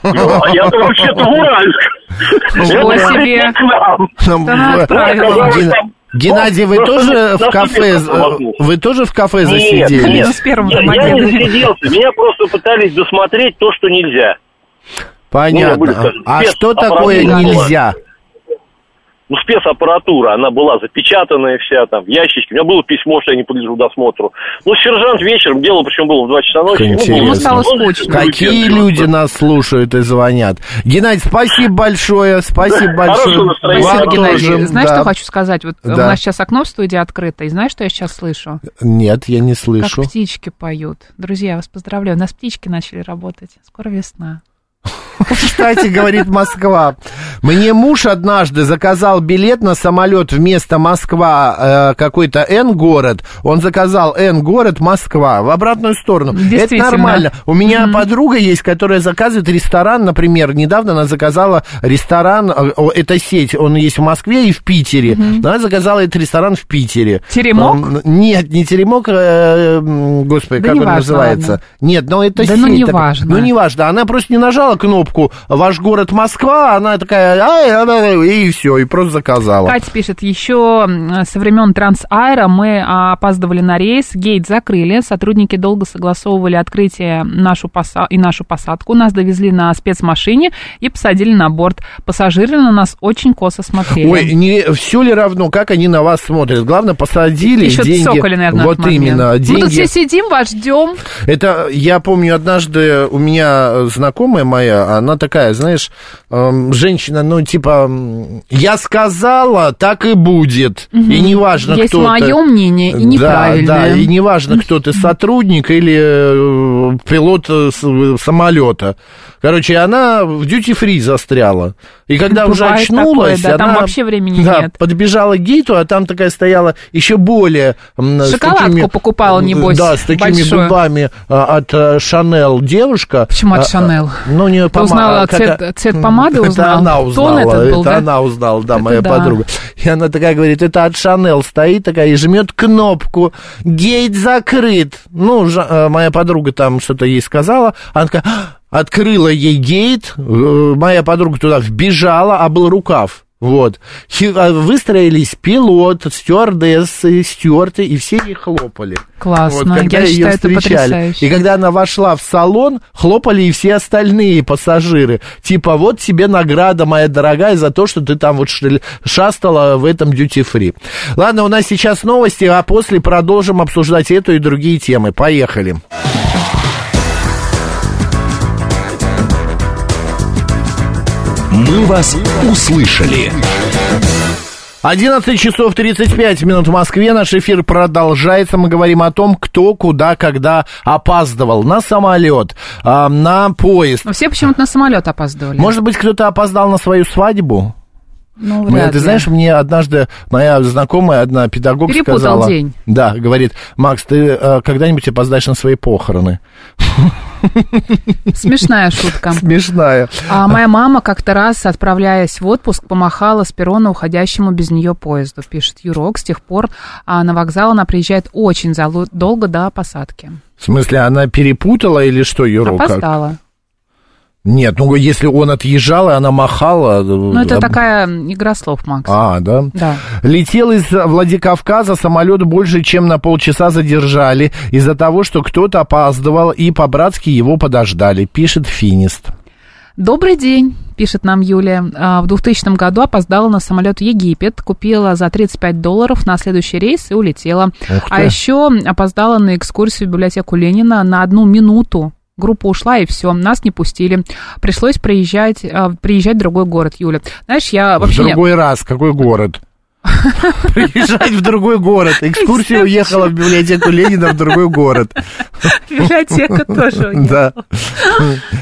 Speaker 5: Говорю, А я вообще-то в Уральск.
Speaker 2: Ничего
Speaker 5: Это
Speaker 2: себе.
Speaker 5: к нам.
Speaker 1: Там
Speaker 2: Да,
Speaker 1: в-
Speaker 2: отправила.
Speaker 1: Ген-
Speaker 5: Там-
Speaker 1: Геннадий, вы
Speaker 5: Ну,
Speaker 1: тоже
Speaker 5: на
Speaker 1: в кафе,
Speaker 5: сутки оттолкнулся.
Speaker 1: э, вы тоже в кафе
Speaker 5: Нет,
Speaker 1: засиделись?
Speaker 5: нет.
Speaker 2: Ну, с первым
Speaker 5: Я- Я не
Speaker 2: Домодедово.
Speaker 5: засиделся, меня просто пытались досмотреть то, что нельзя. Ну, были,
Speaker 1: Понятно.
Speaker 5: скажем,
Speaker 1: А
Speaker 5: без
Speaker 1: что такое
Speaker 5: аппаратуры.
Speaker 1: нельзя?
Speaker 5: ну, спецаппаратура, она была запечатанная вся там, в ящичке. У меня было письмо, что я не подлежу досмотру. Ну, сержант вечером, дело причем было в 2 часа ночи.
Speaker 1: Как
Speaker 5: ну, было-
Speaker 1: интересно. Ему
Speaker 2: стало
Speaker 5: он-
Speaker 2: скучно.
Speaker 1: Какие
Speaker 5: Уикенд,
Speaker 1: люди
Speaker 5: просто.
Speaker 1: нас слушают и звонят? Геннадий, спасибо большое, спасибо
Speaker 5: Хорошего
Speaker 1: большое.
Speaker 5: настроения.
Speaker 1: Вам
Speaker 2: Спасибо, Геннадий.
Speaker 1: тоже,
Speaker 2: Знаешь,
Speaker 1: да.
Speaker 2: что хочу сказать? Вот э, у
Speaker 1: Да.
Speaker 2: нас сейчас окно в студии открыто, и знаешь, что я сейчас слышу?
Speaker 1: Нет, я не
Speaker 2: Как
Speaker 1: слышу.
Speaker 2: птички поют. Друзья, я вас поздравляю. У нас птички начали работать. Скоро весна.
Speaker 1: Кстати, говорит Москва. Мне муж однажды заказал билет на самолет вместо Москва э, какой-то Н-город. Он заказал Н-город Москва в обратную сторону. Это
Speaker 2: Действительно.
Speaker 1: нормально. У меня подруга есть, которая заказывает ресторан, например. Недавно она заказала ресторан, э, о, это сеть, он есть в Москве и в Питере. Она заказала этот ресторан в Питере.
Speaker 2: Теремок?
Speaker 1: Там, нет, не теремок, э, м, господи,
Speaker 2: Да
Speaker 1: как он
Speaker 2: неважно,
Speaker 1: называется.
Speaker 2: ладно.
Speaker 1: Нет, но это
Speaker 2: Да
Speaker 1: сеть.
Speaker 2: ну
Speaker 1: такая.
Speaker 2: неважно.
Speaker 1: Ну, не неважно. Она просто не нажала кнопку «Ваш город Москва», она такая «Ай, ай, ай», и все, и просто заказала.
Speaker 2: Катя пишет, еще м, со времен Трансаэра мы а, опаздывали на рейс, гейт закрыли, сотрудники долго согласовывали открытие нашу поса- и нашу посадку, нас довезли на спецмашине и посадили на борт. Пассажиры на нас очень косо смотрели.
Speaker 1: Ой, не все ли равно, как они на вас смотрят? Главное, посадили
Speaker 2: Еще
Speaker 1: деньги.
Speaker 2: цокали, наверное,
Speaker 1: вот
Speaker 2: в этот момент.
Speaker 1: именно,
Speaker 2: Мы Ну, тут
Speaker 1: деньги.
Speaker 2: все сидим, вас ждем.
Speaker 1: Это я помню однажды у меня э, знакомая моя, она такая, знаешь, эм, женщина, ну типа м, я сказала, так и будет, и неважно
Speaker 2: Есть
Speaker 1: кто ты.
Speaker 2: мое мнение и
Speaker 1: Да,
Speaker 2: неправильное.
Speaker 1: да, и неважно, кто ты, сотрудник или э, пилот э, с- э, самолета. Короче, она в дьюти-фри застряла. И когда уже
Speaker 2: Бывает
Speaker 1: очнулась,
Speaker 2: такое, да, там
Speaker 1: она,
Speaker 2: вообще времени
Speaker 1: да,
Speaker 2: нет.
Speaker 1: подбежала к гейту, а там такая стояла еще более... м, с
Speaker 2: Шоколадку
Speaker 1: такими-
Speaker 2: покупала, небось,
Speaker 1: Да, с такими
Speaker 2: большую.
Speaker 1: губами а, от э, Шанел девушка.
Speaker 2: Почему от
Speaker 1: А,
Speaker 2: Шанел?
Speaker 1: а, Ну, не
Speaker 2: Ты узнала цвет- цвет помады
Speaker 1: Это
Speaker 2: узнала?
Speaker 1: она
Speaker 2: Тон
Speaker 1: узнала,
Speaker 2: этот был,
Speaker 1: это
Speaker 2: да?
Speaker 1: она узнала, да,
Speaker 2: Это
Speaker 1: моя
Speaker 2: да.
Speaker 1: подруга. И она такая говорит, это от Шанел стоит такая и жмет кнопку, гейт закрыт. Ну, Жа- э, моя подруга там что-то ей сказала, она такая, «А!» открыла ей гейт, э, моя подруга туда вбежала, а был рукав. Вот. Хи- а Выстроились пилот, стюардессы, стюарты, и все ей хлопали. Вот,
Speaker 2: Классно,
Speaker 1: когда
Speaker 2: я
Speaker 1: ее
Speaker 2: считаю, это
Speaker 1: встречали.
Speaker 2: потрясающе.
Speaker 1: И когда она вошла в салон, хлопали и все остальные пассажиры. Типа, вот тебе награда, моя дорогая, за то, что ты там вот шель- шастала в этом дьюти-фри. Ладно, у нас сейчас новости, а после продолжим обсуждать эту и другие темы. Поехали.
Speaker 6: «Мы вас услышали».
Speaker 1: 11 часов 35 минут в Москве. Наш эфир продолжается. Мы говорим о том, кто, куда, когда опаздывал. На самолет, а, на поезд.
Speaker 2: Ну, Но все почему-то на самолет опаздывали.
Speaker 1: Может быть, кто-то опоздал на свою свадьбу?
Speaker 2: Ну,
Speaker 1: Мне-
Speaker 2: вряд
Speaker 1: ты
Speaker 2: ли.
Speaker 1: знаешь, мне однажды моя знакомая, одна педагог
Speaker 2: Перепутал
Speaker 1: сказала...
Speaker 2: день.
Speaker 1: Да, говорит, Макс, ты э, когда-нибудь опоздаешь на свои похороны.
Speaker 2: Смешная шутка.
Speaker 1: Смешная.
Speaker 2: А моя мама как-то раз, отправляясь в отпуск, помахала с перрона уходящему без нее поезду, пишет Юрок. С тех пор а, на вокзал она приезжает очень залу- долго до посадки.
Speaker 1: В смысле, она перепутала или что, Юрок?
Speaker 2: Опоздала.
Speaker 1: Нет, ну если он отъезжал, и она махала... э,
Speaker 2: Ну, это такая игра слов, Макс.
Speaker 1: А, да?
Speaker 2: Да.
Speaker 1: Летел из Владикавказа, самолет больше, чем на полчаса задержали из-за того, что кто-то опаздывал и по-братски его подождали, пишет Финист.
Speaker 2: Добрый день, пишет нам Юлия. А, В 2000 году опоздала на самолет в Египет, купила за 35 долларов на следующий рейс и улетела.
Speaker 1: Ух
Speaker 2: А
Speaker 1: ты.
Speaker 2: еще опоздала на экскурсию в библиотеку Ленина на одну минуту. Группа ушла, и все, нас не пустили. Пришлось приезжать, а, приезжать в другой город, Юля. Знаешь, я А вообще...
Speaker 1: в
Speaker 2: не-
Speaker 1: другой раз, какой город? Приезжать в другой город. Экскурсия уехала в библиотеку Ленина в другой город.
Speaker 2: Библиотека тоже.
Speaker 1: Да.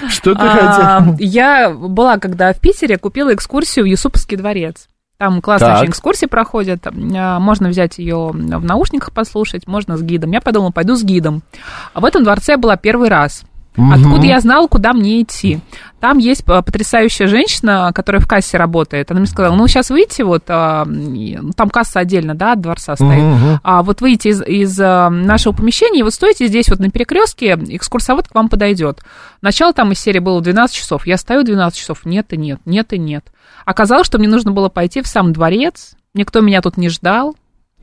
Speaker 1: Что ты
Speaker 2: А,
Speaker 1: хотел?
Speaker 2: Я была, когда в Питере, купила экскурсию в Юсуповский дворец. Там классные
Speaker 1: Так.
Speaker 2: очень экскурсии проходят. А, Можно взять ее в наушниках послушать, можно с гидом. Я подумала, пойду с гидом. А в этом дворце я была первый раз. Откуда я знала, куда мне идти? Там есть а, потрясающая женщина, которая в кассе работает. Она мне сказала, ну, сейчас выйти, вот, а, и- ну, там касса отдельно, да, от дворца стоит.
Speaker 1: Мгм.
Speaker 2: А вот выйти из, из, э, нашего помещения, и вот стойте здесь вот на перекрестке, экскурсовод к вам подойдет. Начало там из серии было 12 часов. Я стою 12 часов, нет и нет, нет и нет. Оказалось, что мне нужно было пойти в сам дворец, никто меня тут не ждал.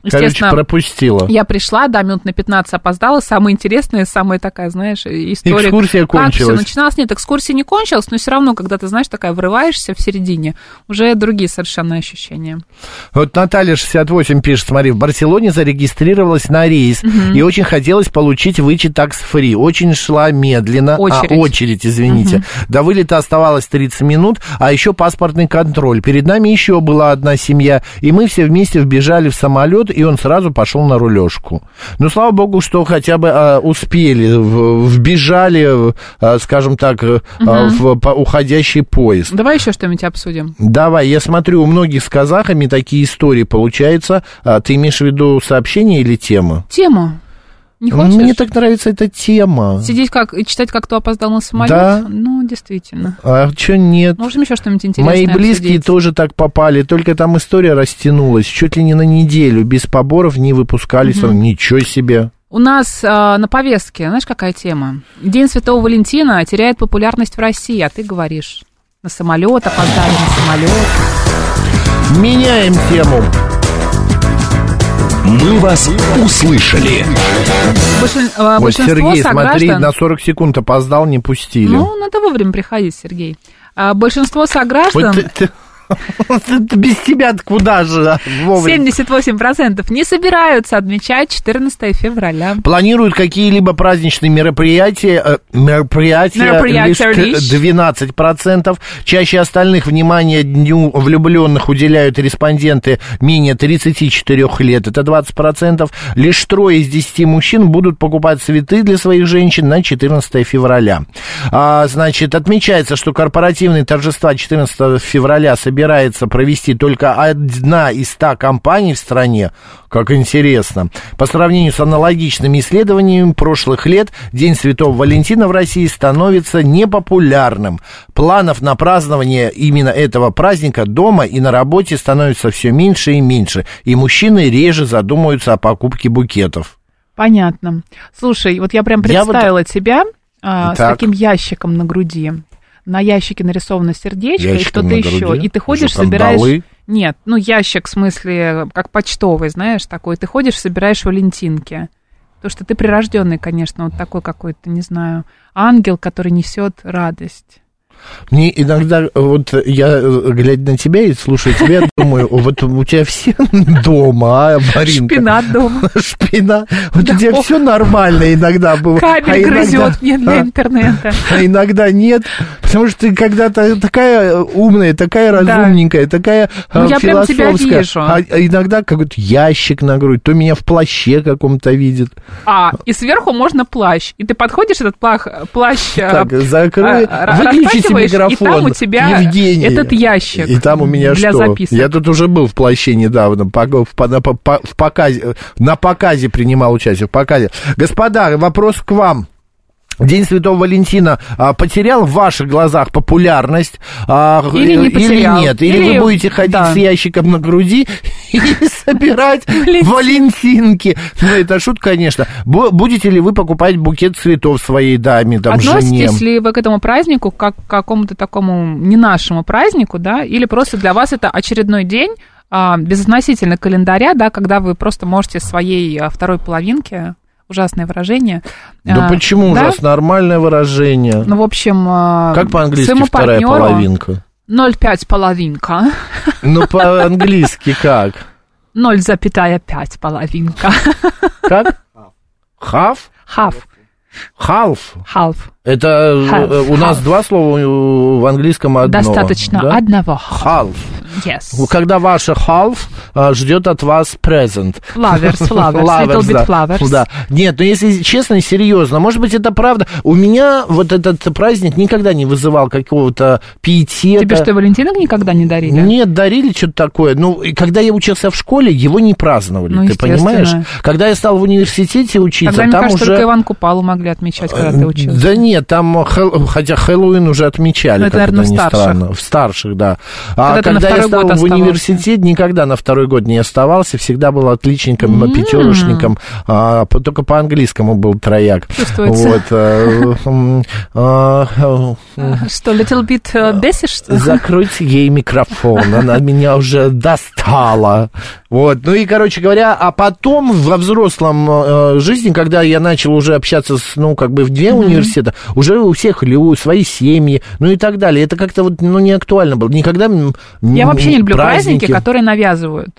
Speaker 1: Короче,
Speaker 2: Естественно,
Speaker 1: пропустила.
Speaker 2: я пришла, да, минут на 15 опоздала. Самое интересное, самая такая, знаешь, история.
Speaker 1: Экскурсия
Speaker 2: как всё
Speaker 1: кончилась.
Speaker 2: начиналось. Нет, экскурсия не кончилась, но все равно, когда ты, знаешь, такая врываешься в середине, уже другие совершенно ощущения.
Speaker 1: Вот Наталья 68 пишет, смотри, в Барселоне зарегистрировалась на рейс и очень хотелось получить вычет такс-фри. Очень шла медленно.
Speaker 2: Очередь.
Speaker 1: А, очередь, извините. До вылета оставалось 30 минут, а еще паспортный контроль. Перед нами еще была одна семья, и мы все вместе вбежали в самолет, и он сразу пошел на рулежку. Ну, слава богу, что хотя бы а, успели, в- вбежали, в, а, скажем так, э, а, в по- уходящий поезд.
Speaker 2: Давай еще что-нибудь обсудим.
Speaker 1: Давай, я смотрю, у многих с казахами такие истории получаются. А ты имеешь в виду сообщение или тему?
Speaker 2: Тему. Не хочешь?
Speaker 1: Мне так нравится эта тема.
Speaker 2: Сидеть как и читать, как кто опоздал на самолет?
Speaker 1: Да.
Speaker 2: Ну, действительно. Ну,
Speaker 1: А что нет?
Speaker 2: Можем еще что-нибудь интересное
Speaker 1: Мои близкие
Speaker 2: обсудить?
Speaker 1: тоже так попали, только там история растянулась. Чуть ли не на неделю без поборов не выпускались. Ничего себе.
Speaker 2: У нас а, на повестке, знаешь, какая тема? День Святого Валентина теряет популярность в России, а ты говоришь на самолет, опоздали на самолет.
Speaker 1: Меняем тему.
Speaker 3: «Мы вас услышали».
Speaker 2: Большин- а,
Speaker 1: Ой,
Speaker 2: большинство
Speaker 1: Сергей, смотри,
Speaker 2: сограждан...
Speaker 1: на 40 секунд опоздал, не пустили.
Speaker 2: Ну, надо вовремя приходить, Сергей. А, большинство
Speaker 1: Вот
Speaker 2: сограждан...
Speaker 1: ты- ты- Без тебя куда же а? вовремя?
Speaker 2: 78% не собираются отмечать 14 февраля.
Speaker 1: Планируют какие-либо праздничные мероприятия, э, мероприятия,
Speaker 2: Мероприятия лишь.
Speaker 1: лишь к 12%. Чаще остальных внимание Дню влюбленных уделяют респонденты менее 34 лет, это 20%. Лишь трое из 10 мужчин будут покупать цветы для своих женщин на 14 февраля. А, значит, отмечается, что корпоративные торжества 14 февраля собирается провести только одна из 100 компаний в стране. Как интересно. По сравнению с аналогичными исследованиями прошлых лет, День Святого Валентина в России становится непопулярным. Планов на празднование именно этого праздника дома и на работе становится все меньше и меньше. И мужчины реже задумываются о покупке букетов.
Speaker 2: Понятно. Слушай, вот я прям
Speaker 1: Я вот-
Speaker 2: представила тебя а, с
Speaker 1: Так.
Speaker 2: таким ящиком на груди. На ящике нарисовано сердечко и
Speaker 1: Ящиком
Speaker 2: что-то
Speaker 1: на
Speaker 2: еще.
Speaker 1: груди?
Speaker 2: И ты ходишь,
Speaker 1: Что,
Speaker 2: собираешь...
Speaker 1: кандалы?
Speaker 2: Нет, ну ящик в смысле как почтовый, знаешь, такой. Ты ходишь, собираешь валентинки. Потому что ты прирожденный, конечно, вот такой какой-то, не знаю, ангел, который несет радость.
Speaker 1: Мне иногда, э, вот э, я, э, глядя на тебя и слушая тебя, думаю, вот у тебя все дома, а, Маринка?
Speaker 2: Шпинат дома.
Speaker 1: Шпина. Вот
Speaker 2: Да.
Speaker 1: у тебя все нормально иногда бывает. А
Speaker 2: Кабель
Speaker 1: иногда-
Speaker 2: грызет мне для
Speaker 1: а?
Speaker 2: интернета.
Speaker 1: а иногда нет, потому что ты когда-то такая умная, такая
Speaker 2: Да.
Speaker 1: разумненькая, такая э,
Speaker 2: Ну, я прям тебя
Speaker 1: философская.
Speaker 2: вижу.
Speaker 1: А а иногда какой-то ящик на грудь, то меня в плаще каком-то видит.
Speaker 2: А, и сверху можно плащ. И ты подходишь, этот плах- плащ... э,
Speaker 1: Так, закрой,
Speaker 2: а, а,
Speaker 1: выключи
Speaker 2: поворачиваешь, и
Speaker 1: микрофон.
Speaker 2: там у тебя
Speaker 1: Евгений.
Speaker 2: этот ящик
Speaker 1: И там у меня
Speaker 2: для
Speaker 1: что?
Speaker 2: записок.
Speaker 1: Я тут уже был в плаще недавно, по- по- на, по- по- в показе, на показе принимал участие, в показе. Господа, вопрос к вам. День Святого Валентина а, потерял в ваших глазах популярность а,
Speaker 2: Или не потерял.
Speaker 1: нет? Или,
Speaker 2: Или-
Speaker 1: вы будете ходить
Speaker 2: да.
Speaker 1: с ящиком на груди и собирать
Speaker 2: Валентин.
Speaker 1: валентинки? Ну, это шутка, конечно. Бу- Будете ли вы покупать букет цветов своей даме, там, жене?
Speaker 2: Относитесь ли вы к этому празднику как к какому-то такому не нашему празднику, да, или просто для вас это очередной день а, безотносительно календаря, да, когда вы просто можете своей а, второй половинке ужасное выражение.
Speaker 1: Да
Speaker 2: а,
Speaker 1: почему
Speaker 2: да?
Speaker 1: ужас? Нормальное выражение.
Speaker 2: Ну, в общем, а,
Speaker 1: Как по-английски
Speaker 2: своему
Speaker 1: вторая
Speaker 2: партнеру
Speaker 1: половинка?
Speaker 2: 0,5 половинка,
Speaker 1: Ну, по-английски как?
Speaker 2: 0,5 половинка,
Speaker 1: Как? Half?
Speaker 2: half,
Speaker 1: Half.
Speaker 2: half,
Speaker 1: Это
Speaker 2: Half,
Speaker 1: э, у нас
Speaker 2: half.
Speaker 1: два слова э, в английском одно.
Speaker 2: достаточно
Speaker 1: да?
Speaker 2: одного,
Speaker 1: Half.
Speaker 2: yes.
Speaker 1: Когда ваша half э, ждет от вас present.
Speaker 2: Flowers, flowers, little bit
Speaker 1: да.
Speaker 2: flowers.
Speaker 1: Да. Нет, ну если честно и серьезно, может быть, это правда. У меня вот этот праздник никогда не вызывал какого-то пиетета.
Speaker 2: Тебе что, Валентинок никогда не дарили?
Speaker 1: Нет, дарили что-то такое. Ну, и когда я учился в школе, его не праздновали,
Speaker 2: Ну,
Speaker 1: ты
Speaker 2: естественно.
Speaker 1: понимаешь? Когда я стал в университете учиться,
Speaker 2: Тогда, мне
Speaker 1: там
Speaker 2: кажется,
Speaker 1: уже... Э,
Speaker 2: только Иван Купалу могли отмечать, когда ты учился.
Speaker 1: Да нет, там Хэл- хотя Хэллоуин уже отмечали,
Speaker 2: Ну, это,
Speaker 1: как
Speaker 2: наверное,
Speaker 1: это
Speaker 2: в
Speaker 1: ни
Speaker 2: старших.
Speaker 1: странно. В старших, да. А
Speaker 2: Когда ты на
Speaker 1: когда я
Speaker 2: второй
Speaker 1: стал
Speaker 2: год
Speaker 1: в
Speaker 2: оставался.
Speaker 1: университет, никогда на второй год не оставался, всегда был отличником, пятерочником, а, по- только по английскому был трояк.
Speaker 2: Чувствуется.
Speaker 1: Вот, э, м, а,
Speaker 2: Что, little bit э, бесишь? что ли?
Speaker 1: Закройте ей микрофон, она меня уже достала. Вот, ну и, короче говоря, а потом во взрослом э, жизни, когда я начал уже общаться с, ну, как бы в две университета, уже у всех или у своей семьи, ну и так далее. Это как-то вот, ну, не актуально было. Никогда м,
Speaker 2: Я
Speaker 1: м,
Speaker 2: вообще не люблю праздники, которые навязывают.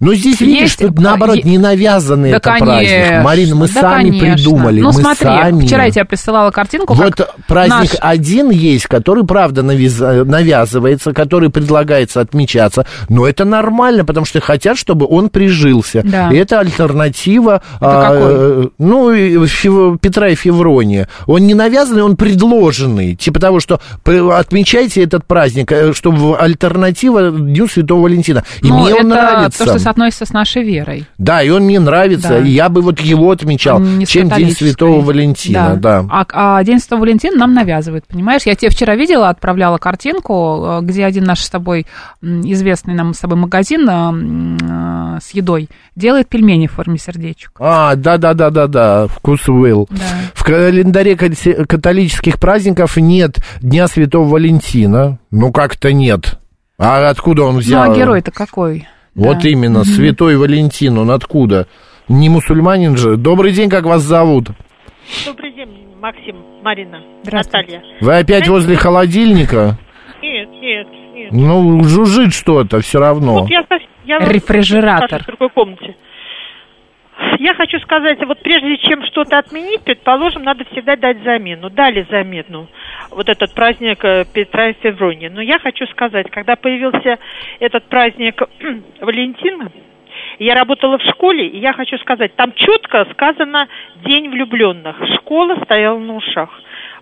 Speaker 1: Ну, здесь, видишь,
Speaker 2: Есть,
Speaker 1: тут, наоборот,
Speaker 2: е-
Speaker 1: не навязанный это праздник. Марина, мы
Speaker 2: да,
Speaker 1: сами
Speaker 2: конечно.
Speaker 1: придумали.
Speaker 2: Ну,
Speaker 1: мы
Speaker 2: смотри,
Speaker 1: сами.
Speaker 2: вчера я тебе присылала картинку,
Speaker 1: Вот
Speaker 2: Ну, как
Speaker 1: праздник
Speaker 2: наш-
Speaker 1: один есть, который, правда, навяз- навязывается, который предлагается отмечаться, но это нормально, потому что хотят, чтобы он прижился.
Speaker 2: Да.
Speaker 1: И это альтернатива...
Speaker 2: Это какой?
Speaker 1: э, ну, и Фев- Петра и Феврония. Он не навязанный, он предложенный. Типа того, что пр- отмечайте этот праздник, э, чтобы альтернатива Дню Святого Валентина. И
Speaker 2: ну,
Speaker 1: мне
Speaker 2: это
Speaker 1: он нравится.
Speaker 2: то, что соотносится с нашей верой.
Speaker 1: Да, и он мне нравится,
Speaker 2: Да.
Speaker 1: и я бы вот его отмечал,
Speaker 2: Не с
Speaker 1: чем День
Speaker 2: католической.
Speaker 1: Святого Валентина, да.
Speaker 2: А, а День Святого Валентина нам навязывают, понимаешь? Я тебе вчера видела, отправляла картинку, э, где один наш с тобой м, известный нам с тобой магазин э, м, э, с едой делает пельмени в форме сердечек.
Speaker 1: А, да-да-да-да-да, вкус Уилл. В календаре кати- католических праздников нет Дня Святого Валентина. Ну, как-то нет. А откуда он
Speaker 2: Ну,
Speaker 1: взял?
Speaker 2: а герой-то какой?
Speaker 1: Вот
Speaker 2: Да.
Speaker 1: именно, Святой Валентин, он откуда? Не мусульманин же? Добрый день, как вас зовут?
Speaker 7: Добрый день, Максим, Марина,
Speaker 2: Здравствуйте.
Speaker 7: Наталья.
Speaker 1: Вы опять возле холодильника?
Speaker 7: Нет, нет, нет.
Speaker 1: Ну, жужжит что-то все равно.
Speaker 7: Вот я, совсем- я вам
Speaker 2: Рефрижератор.
Speaker 7: скажу в другой комнате. Я хочу сказать, вот прежде чем что-то отменить, предположим, надо всегда дать замену. Дали замену. Вот этот праздник э, Петра и Феврония. Но я хочу сказать, когда появился этот праздник Валентина, я работала в школе, и я хочу сказать, там четко сказано День влюбленных. Школа стояла на ушах.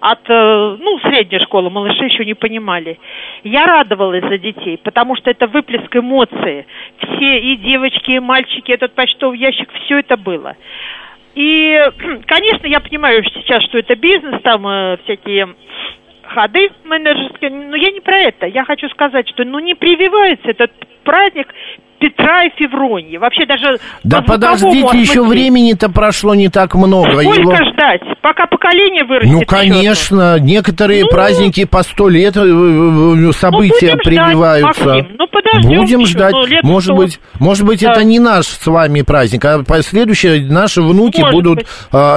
Speaker 7: От, э, ну, средняя школа, малыши еще не понимали. Я радовалась за детей, потому что это выплеск эмоций. Все и девочки, и мальчики, этот почтовый ящик, все это было. И, конечно, я понимаю сейчас, что это бизнес, там э, всякие ходы менеджерские, но я не про это. Я хочу сказать, что ну не прививается этот праздник Петра и Февронии. Вообще даже
Speaker 1: Да
Speaker 7: по звуковому
Speaker 1: подождите, еще
Speaker 7: осмыслению.
Speaker 1: времени-то прошло не так много.
Speaker 7: Сколько
Speaker 1: Его-
Speaker 7: ждать, пока поколение вырастет?
Speaker 1: Ну,
Speaker 7: еще?
Speaker 1: конечно, некоторые
Speaker 7: Ну.
Speaker 1: праздники по сто лет э, э, э, события
Speaker 7: будем ждать,
Speaker 1: прививаются.
Speaker 7: Максим, ну, подождем
Speaker 1: будем
Speaker 7: еще,
Speaker 1: ждать.
Speaker 7: ну, лет
Speaker 1: может
Speaker 7: сто.
Speaker 1: быть, может быть,
Speaker 7: Да.
Speaker 1: это не наш с вами праздник, а по- следующее наши внуки
Speaker 7: Может
Speaker 1: будут
Speaker 7: быть.
Speaker 1: а,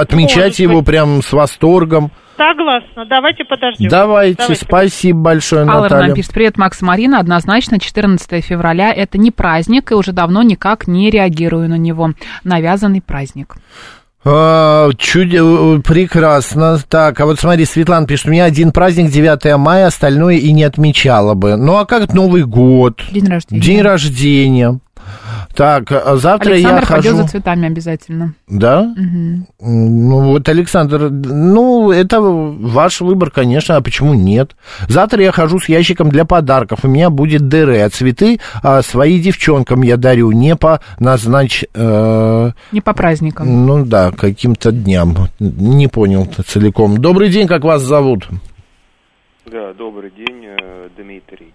Speaker 7: Может
Speaker 1: отмечать его
Speaker 7: быть.
Speaker 1: прям с восторгом.
Speaker 7: Согласна, давайте подождем.
Speaker 1: Давайте,
Speaker 7: Давайте.
Speaker 1: спасибо большое,
Speaker 2: Алла
Speaker 1: Наталья.
Speaker 2: нам пишет, привет, Макс и Марина, однозначно 14 февраля это не праздник, и уже давно никак не реагирую на него. Навязанный праздник.
Speaker 1: А, чуде- э, прекрасно. Так, а вот смотри, Светлана пишет, у меня один праздник 9 мая, остальное и не отмечала бы. Ну, а как Новый год?
Speaker 2: День рождения.
Speaker 1: День рождения. Так, а завтра
Speaker 2: Александр
Speaker 1: я
Speaker 2: пойдет
Speaker 1: хожу...
Speaker 2: за цветами обязательно.
Speaker 1: Да? М, Ну вот, Александр, ну это ваш выбор, конечно, а почему нет? Завтра я хожу с ящиком для подарков, у меня будет дыры, а цветы а, свои девчонкам я дарю, не по назнач... э,
Speaker 2: Не по праздникам.
Speaker 1: ну да, каким-то дням, не понял целиком. Добрый день, как вас зовут?
Speaker 8: Да, добрый день, э, Дмитрий.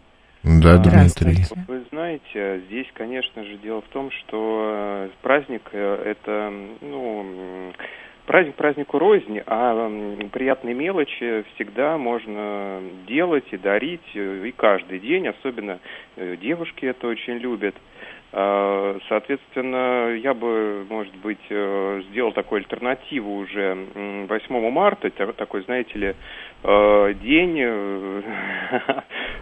Speaker 1: Да,
Speaker 2: Здравствуйте.
Speaker 8: Вы знаете, здесь, конечно же, дело в том, что э, праздник э, это, м, ну, м, праздник празднику рознь, а м, приятные мелочи всегда можно делать и дарить, э, и каждый день, особенно э, девушки это очень любят. А, Соответственно, я бы, может быть, э, сделал такую альтернативу уже м, 8 марта, та- такой, знаете ли, э, день, э,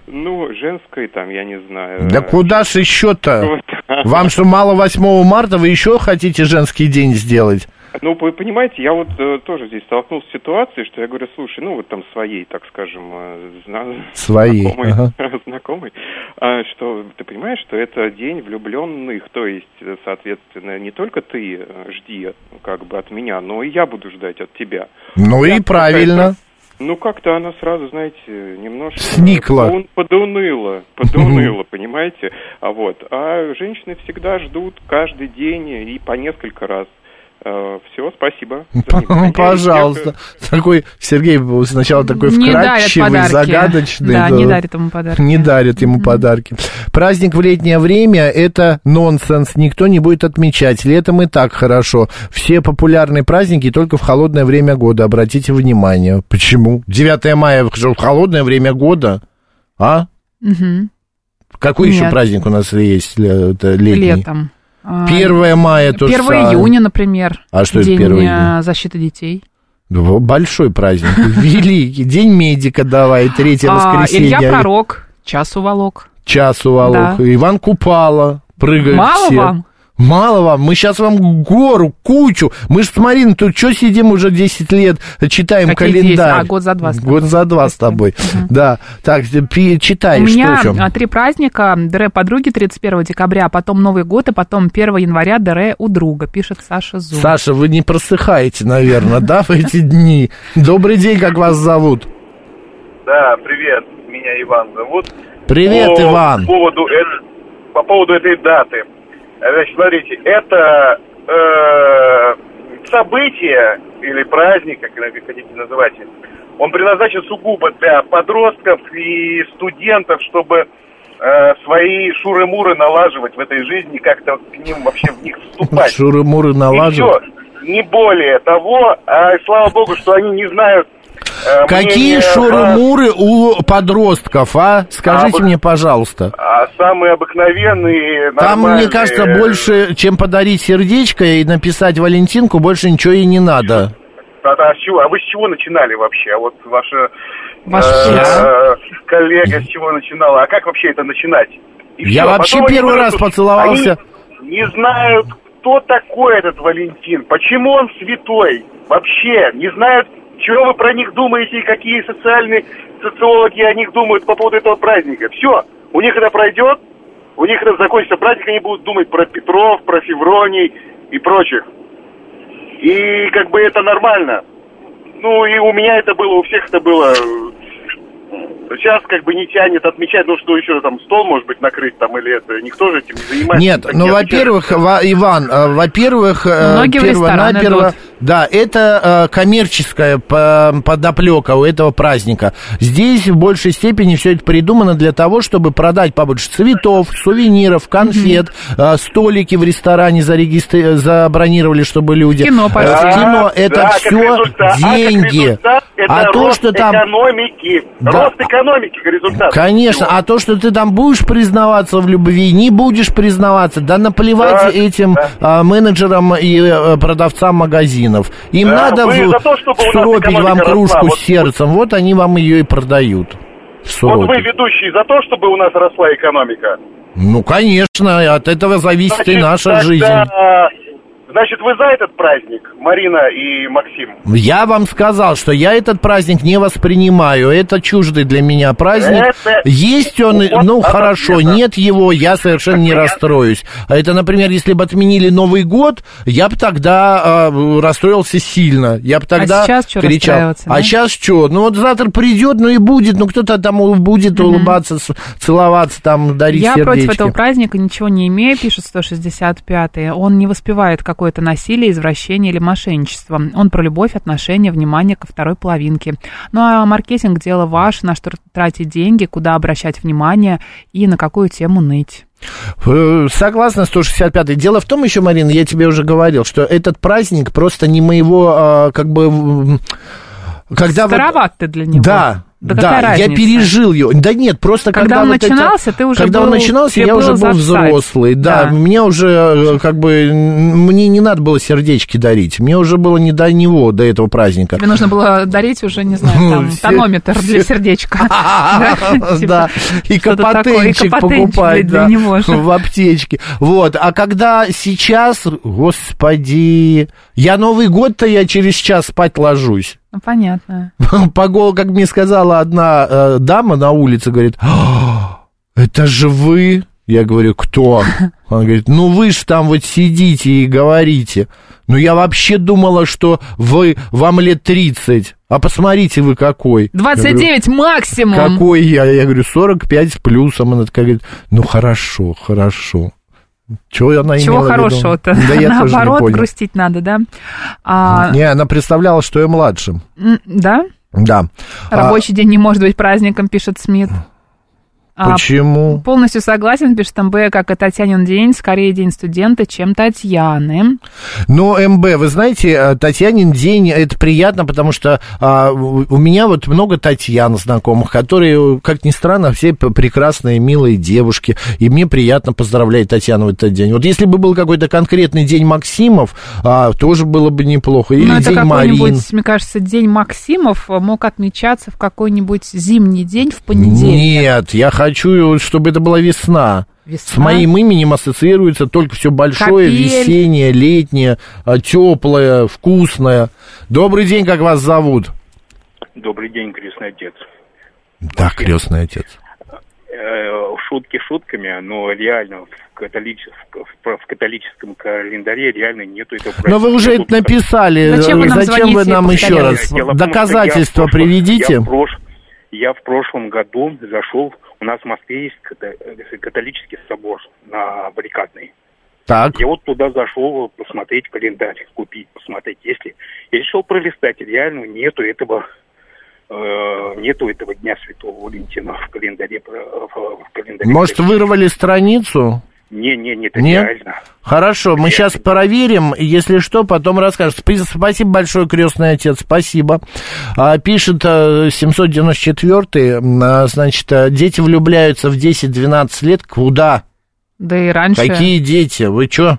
Speaker 8: ну, женской, там, я не знаю.
Speaker 1: Да куда ж еще-то?
Speaker 8: Вот.
Speaker 1: Вам что, мало 8 марта, вы еще хотите женский день сделать?
Speaker 8: Ну, вы понимаете, я вот э, тоже здесь столкнулся с ситуацией, что я говорю, слушай, ну, вот там своей, так скажем, э, зна-
Speaker 1: Своей,
Speaker 8: знакомой,
Speaker 1: ага.
Speaker 8: знакомой, а, что ты понимаешь, что это день влюбленных, то есть, э, соответственно, не только ты э, жди как бы от меня, но и я буду ждать от тебя.
Speaker 1: Ну и
Speaker 8: Я
Speaker 1: правильно.
Speaker 8: какая-то- Ну, как-то она сразу, знаете, немножко...
Speaker 1: Сникла.
Speaker 8: подун- Подуныла, подуныла, понимаете? А вот, а женщины всегда ждут каждый день и по несколько раз. Все, спасибо. за внимание.
Speaker 1: Пожалуйста. Такой Сергей был сначала такой
Speaker 2: Не дарят
Speaker 1: вкрадчивый,
Speaker 2: подарки.
Speaker 1: загадочный.
Speaker 2: Да,
Speaker 1: да.
Speaker 2: не дарит ему подарки.
Speaker 1: Не дарят ему подарки. Праздник в летнее время – это нонсенс. Никто не будет отмечать. Летом и так хорошо. Все популярные праздники только в холодное время года. Обратите внимание. Почему? 9 мая же в холодное время года. А?
Speaker 2: Мгм.
Speaker 1: Какой еще
Speaker 2: Нет.
Speaker 1: праздник у нас есть э, это летний?
Speaker 2: Летом. А,
Speaker 1: 1 мая то
Speaker 2: 1
Speaker 1: же самое.
Speaker 2: июня, например.
Speaker 1: А что это
Speaker 2: день
Speaker 1: 1
Speaker 2: э,
Speaker 1: июня?
Speaker 2: защиты детей.
Speaker 1: Ну, Большой праздник, великий. День медика давай, третье
Speaker 2: А,
Speaker 1: воскресенье.
Speaker 2: Илья Пророк. Час уволок.
Speaker 1: Час уволок.
Speaker 2: Да.
Speaker 1: Иван Купала. Прыгает
Speaker 2: Мало
Speaker 1: Э, все.
Speaker 2: вам?
Speaker 1: Мало вам, мы сейчас вам гору, кучу. Мы же с Мариной тут что сидим уже 10 лет, читаем
Speaker 2: Какие
Speaker 1: календарь.
Speaker 2: 10? А, год за два с тобой.
Speaker 1: Год за два с тобой. Да. Так, пи- читай,
Speaker 2: У меня
Speaker 1: что еще?
Speaker 2: а, три праздника. Дре подруги 31 декабря, потом Новый год, и потом 1 января Дре у друга, пишет Саша Зум.
Speaker 1: Саша, вы не просыхаете, наверное, да, в эти дни? Добрый день, как вас зовут?
Speaker 9: Да, привет, меня Иван зовут.
Speaker 1: Привет,
Speaker 9: по
Speaker 1: Иван.
Speaker 9: Поводу, э- по поводу этой даты. Э, Значит, смотрите, это э, событие или праздник, как вы хотите называйте, он предназначен сугубо для подростков и студентов, чтобы э, свои шуры-муры налаживать в этой жизни, как-то к ним вообще в них вступать.
Speaker 1: Шуры-муры налаживают.
Speaker 9: И всё. не более того, а, слава богу, что они не знают э,
Speaker 1: Какие
Speaker 9: мнения вас.
Speaker 1: шуры-муры у подростков, а? Скажите
Speaker 9: А,
Speaker 1: мне, пожалуйста.
Speaker 9: А самые обыкновенные,
Speaker 1: Там, мне
Speaker 9: нормальные,
Speaker 1: кажется,
Speaker 9: э,
Speaker 1: больше, чем подарить сердечко и написать Валентинку, больше ничего и не надо.
Speaker 9: А, а с чего? А вы с чего начинали вообще? А Вот ваша
Speaker 2: Ваш
Speaker 9: э,
Speaker 2: час.
Speaker 9: э, коллега с чего начинала? А как вообще это начинать? И
Speaker 1: Я
Speaker 9: всё. а
Speaker 1: вообще
Speaker 9: Потом они
Speaker 1: первый раз
Speaker 9: вырастут.
Speaker 1: поцеловался.
Speaker 9: Они не знают, кто такой этот Валентин, почему он святой вообще, не знают, чего вы про них думаете и какие социальные социологи о них думают по поводу этого праздника. Все, у них это пройдет, у них это закончится праздник, они будут думать про Петров, про Февроний и прочих. И как бы это нормально. Ну и у меня это было, у всех это было. Сейчас как бы не тянет отмечать, ну что еще там, стол может быть накрыть там или это, никто же этим не занимается.
Speaker 1: Нет,
Speaker 9: Так
Speaker 1: ну,
Speaker 9: не
Speaker 1: во-первых, во- Иван, э, во-первых, э,
Speaker 2: Многие в рестораны
Speaker 1: перво-наперво-
Speaker 2: идут.
Speaker 1: да, это э, коммерческая по- подоплека у этого праздника. Здесь в большей степени все это придумано для того, чтобы продать побольше цветов, сувениров, конфет, э, столики в ресторане зарегистри- э, забронировали, чтобы люди...
Speaker 2: кино
Speaker 1: Э, в
Speaker 2: пошли.
Speaker 1: кино
Speaker 9: Да, да,
Speaker 1: это
Speaker 9: как
Speaker 1: все
Speaker 9: результат- а как
Speaker 1: деньги.
Speaker 9: результат это
Speaker 1: А то,
Speaker 9: рост
Speaker 1: что там...
Speaker 9: экономики,
Speaker 1: Да.
Speaker 9: рост экономики, результат.
Speaker 1: Конечно, а то, что ты там будешь признаваться в любви, не будешь признаваться, да наплевать
Speaker 9: Да,
Speaker 1: этим
Speaker 9: да.
Speaker 1: а, менеджерам и э, продавцам магазинов. Им
Speaker 9: Да,
Speaker 1: надо
Speaker 9: вы
Speaker 1: в-
Speaker 9: за то, чтобы у нас
Speaker 1: всуропить вам
Speaker 9: экономика
Speaker 1: кружку
Speaker 9: росла.
Speaker 1: с
Speaker 9: Вот-
Speaker 1: сердцем, вот они вам ее и продают.
Speaker 9: Вот вы
Speaker 1: Всуропить.
Speaker 9: ведущий за то, чтобы у нас росла экономика.
Speaker 1: Ну, конечно, от этого зависит и
Speaker 9: Значит,
Speaker 1: наша
Speaker 9: тогда,
Speaker 1: жизнь.
Speaker 9: а,
Speaker 10: Значит, вы за этот праздник, Марина и Максим?
Speaker 1: Я вам сказал, что я этот праздник не воспринимаю. Это чуждый для меня праздник.
Speaker 10: Это-
Speaker 1: Есть он, и-
Speaker 10: Вот
Speaker 1: ну
Speaker 10: оно
Speaker 1: хорошо,
Speaker 10: где-то.
Speaker 1: нет его, я совершенно не расстроюсь. А Это, например, если бы отменили Новый год, я бы тогда а, расстроился сильно. Я бы тогда
Speaker 2: А сейчас чё
Speaker 1: кричал.
Speaker 2: расстраиваться,
Speaker 1: А
Speaker 2: да?
Speaker 1: сейчас что? Ну вот завтра придет, ну и будет, ну кто-то там будет улыбаться, с- целоваться, там дарить
Speaker 2: Я против
Speaker 1: сердечки.
Speaker 2: этого праздника ничего не имею, пишет 165-й. Он не воспевает какое-то насилие, извращение или мошенничество. Он про любовь, отношения, внимание ко второй половинке. Ну а маркетинг – дело ваше, на что тратить деньги, куда обращать внимание и на какую тему ныть.
Speaker 1: Э, Согласна 165 Дело в том еще, Марина, я тебе уже говорил, что этот праздник просто не моего, а, как бы... м, Когда вот-
Speaker 2: Староват ты для него.
Speaker 1: Да,
Speaker 2: Да
Speaker 1: да,
Speaker 2: какая
Speaker 1: я
Speaker 2: разница?
Speaker 1: пережил ее. Да нет, просто
Speaker 2: Когда
Speaker 1: когда...
Speaker 2: он
Speaker 1: вот это-
Speaker 2: начинался, ты уже
Speaker 1: Когда он
Speaker 2: был-
Speaker 1: начинался,
Speaker 2: тебе
Speaker 1: я уже
Speaker 2: было за
Speaker 1: был
Speaker 2: стать.
Speaker 1: взрослый. Да,
Speaker 2: Да.
Speaker 1: мне уже э, как бы... м, Мне не надо было сердечки дарить. Мне уже было не до него, до этого праздника.
Speaker 2: Тебе нужно было дарить уже, не знаю,
Speaker 1: Ну,
Speaker 2: там,
Speaker 1: все-
Speaker 2: тонометр для
Speaker 1: все-
Speaker 2: сердечка.
Speaker 1: Да,
Speaker 2: Типа, что-то такое,
Speaker 1: и
Speaker 2: и капотенчик,
Speaker 1: капотенчик покупать,
Speaker 2: блядь, для
Speaker 1: да,
Speaker 2: него же.
Speaker 1: в аптечке. Вот, а когда сейчас, господи, я Новый год-то я через час спать ложусь.
Speaker 2: Ну, понятно.
Speaker 1: По гол- как мне сказала одна э, дама на улице, говорит, «А, это же вы. Я говорю, кто? Она говорит, ну вы же там вот сидите и говорите. Ну я вообще думала, что вы, вам лет 30. А посмотрите вы какой. Я говорю,
Speaker 2: 29 максимум.
Speaker 1: какой я? Я говорю, 45 с плюсом. Она такая говорит, ну хорошо, хорошо. Чего она
Speaker 2: Чего
Speaker 1: имела в виду?
Speaker 2: хорошего-то?
Speaker 1: Да я тоже не
Speaker 2: Наоборот,
Speaker 1: понял.
Speaker 2: грустить надо, да? А,
Speaker 1: Не, она представляла, что я младшим.
Speaker 2: м, Да?
Speaker 1: Да. А,
Speaker 2: Рабочий день не может быть праздником, пишет Смит. А,
Speaker 1: почему?
Speaker 2: полностью согласен, пишет МБ, как и Татьянин день, скорее день студента, чем Татьяны.
Speaker 1: Но МБ, вы знаете, э, Татьянин день, это приятно, потому что а, у у меня вот много Татьян знакомых, которые, как ни странно, все п- прекрасные, милые девушки, и мне приятно поздравлять Татьяну в этот день. Вот если бы был какой-то конкретный день Максимов, а, тоже было бы неплохо. Или
Speaker 2: Но Ну, это
Speaker 1: день
Speaker 2: какой-нибудь,
Speaker 1: Марин.
Speaker 2: мне кажется, день Максимов э, мог отмечаться в какой-нибудь зимний день в понедельник.
Speaker 1: Нет, я хочу, чтобы это была весна.
Speaker 2: Весна.
Speaker 1: С моим именем ассоциируется только все большое,
Speaker 2: Капель.
Speaker 1: весеннее, летнее, теплое, вкусное. Добрый день, как вас зовут?
Speaker 11: Добрый день, крестный отец.
Speaker 1: Да, крестный отец.
Speaker 11: Э, Шутки шутками, но реально в, католическом, в, про- в католическом календаре реально нету этого
Speaker 1: Но вы уже это написали. э,
Speaker 11: Зачем вы нам
Speaker 1: Зачем вы
Speaker 11: звоните и
Speaker 1: нам еще
Speaker 11: повторяете?
Speaker 1: раз?
Speaker 11: Дело в том, что я
Speaker 1: Доказательства
Speaker 11: в прошлом-
Speaker 1: приведите.
Speaker 11: Я в, прош- я в прошлом году зашел, у нас в Москве есть ката- э, католический собор на Баррикадной.
Speaker 1: Так.
Speaker 11: Я вот туда зашел посмотреть календарь, купить, посмотреть, есть ли. Я решил пролистать, и реально нету этого э, нету этого Дня Святого Валентина в календаре. про- В, в календаре.
Speaker 1: Может, вырвали страницу?
Speaker 11: Не, не, не, это
Speaker 1: Нет?
Speaker 11: реально.
Speaker 1: Хорошо, мы сейчас проверим, и если что, потом расскажешь. Спи- Спасибо большое, крестный отец, спасибо. А, Пишет 794-й, значит, а, дети влюбляются в 10-12 лет. Куда?
Speaker 2: Да и раньше.
Speaker 1: Какие дети? Вы чё?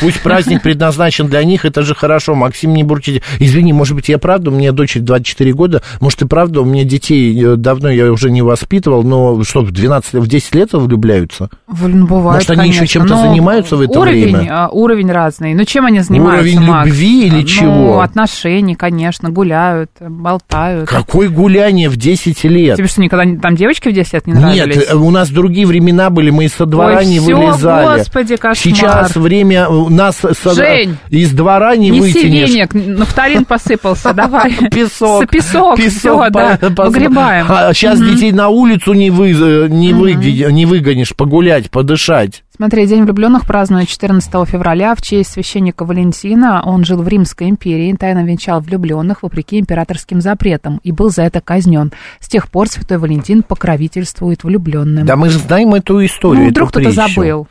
Speaker 1: Пусть праздник предназначен для них, это же хорошо. Максим, не бурчите. Извини, может быть, я правда, у меня дочери 24 года, может, и правда, у меня детей э, давно я уже не воспитывал, но что, в 12, лет- в 10 лет влюбляются?
Speaker 2: Блин, бывает,
Speaker 1: Может, они еще
Speaker 2: конечно.
Speaker 1: чем-то
Speaker 2: Но
Speaker 1: занимаются в это
Speaker 2: уровень,
Speaker 1: время?
Speaker 2: а, Уровень разный. Ну, чем они занимаются,
Speaker 1: Уровень
Speaker 2: Макс?
Speaker 1: любви или
Speaker 2: Ну,
Speaker 1: чего?
Speaker 2: отношений, конечно, гуляют, болтают.
Speaker 1: Какое гуляние в 10 лет?
Speaker 2: Тебе что, никогда не- там девочки в 10 лет не нравились?
Speaker 1: Нет, э, у нас другие времена были, мы со двора
Speaker 2: Ой,
Speaker 1: не
Speaker 2: всё,
Speaker 1: вылезали.
Speaker 2: господи, кошмар.
Speaker 1: Сейчас время у нас со-
Speaker 2: Жень,
Speaker 1: из двора не
Speaker 2: Неси
Speaker 1: вытянешь.
Speaker 2: веник, нафталин посыпался, давай.
Speaker 1: Песок.
Speaker 2: С- Песок, все, да, погребаем.
Speaker 1: сейчас
Speaker 2: Мгм.
Speaker 1: А детей на улицу не, вы, не, выги- не выгонишь, погулять, подышать.
Speaker 2: Смотри, День влюбленных празднуют 14 февраля в честь священника Валентина. Он жил в Римской империи, тайно венчал влюбленных вопреки императорским запретам и был за это казнен. С тех пор святой Валентин покровительствует влюбленным.
Speaker 1: Да мы же знаем эту
Speaker 2: ну,
Speaker 1: историю. эту
Speaker 2: вдруг кто-то
Speaker 1: притчу.
Speaker 2: забыл.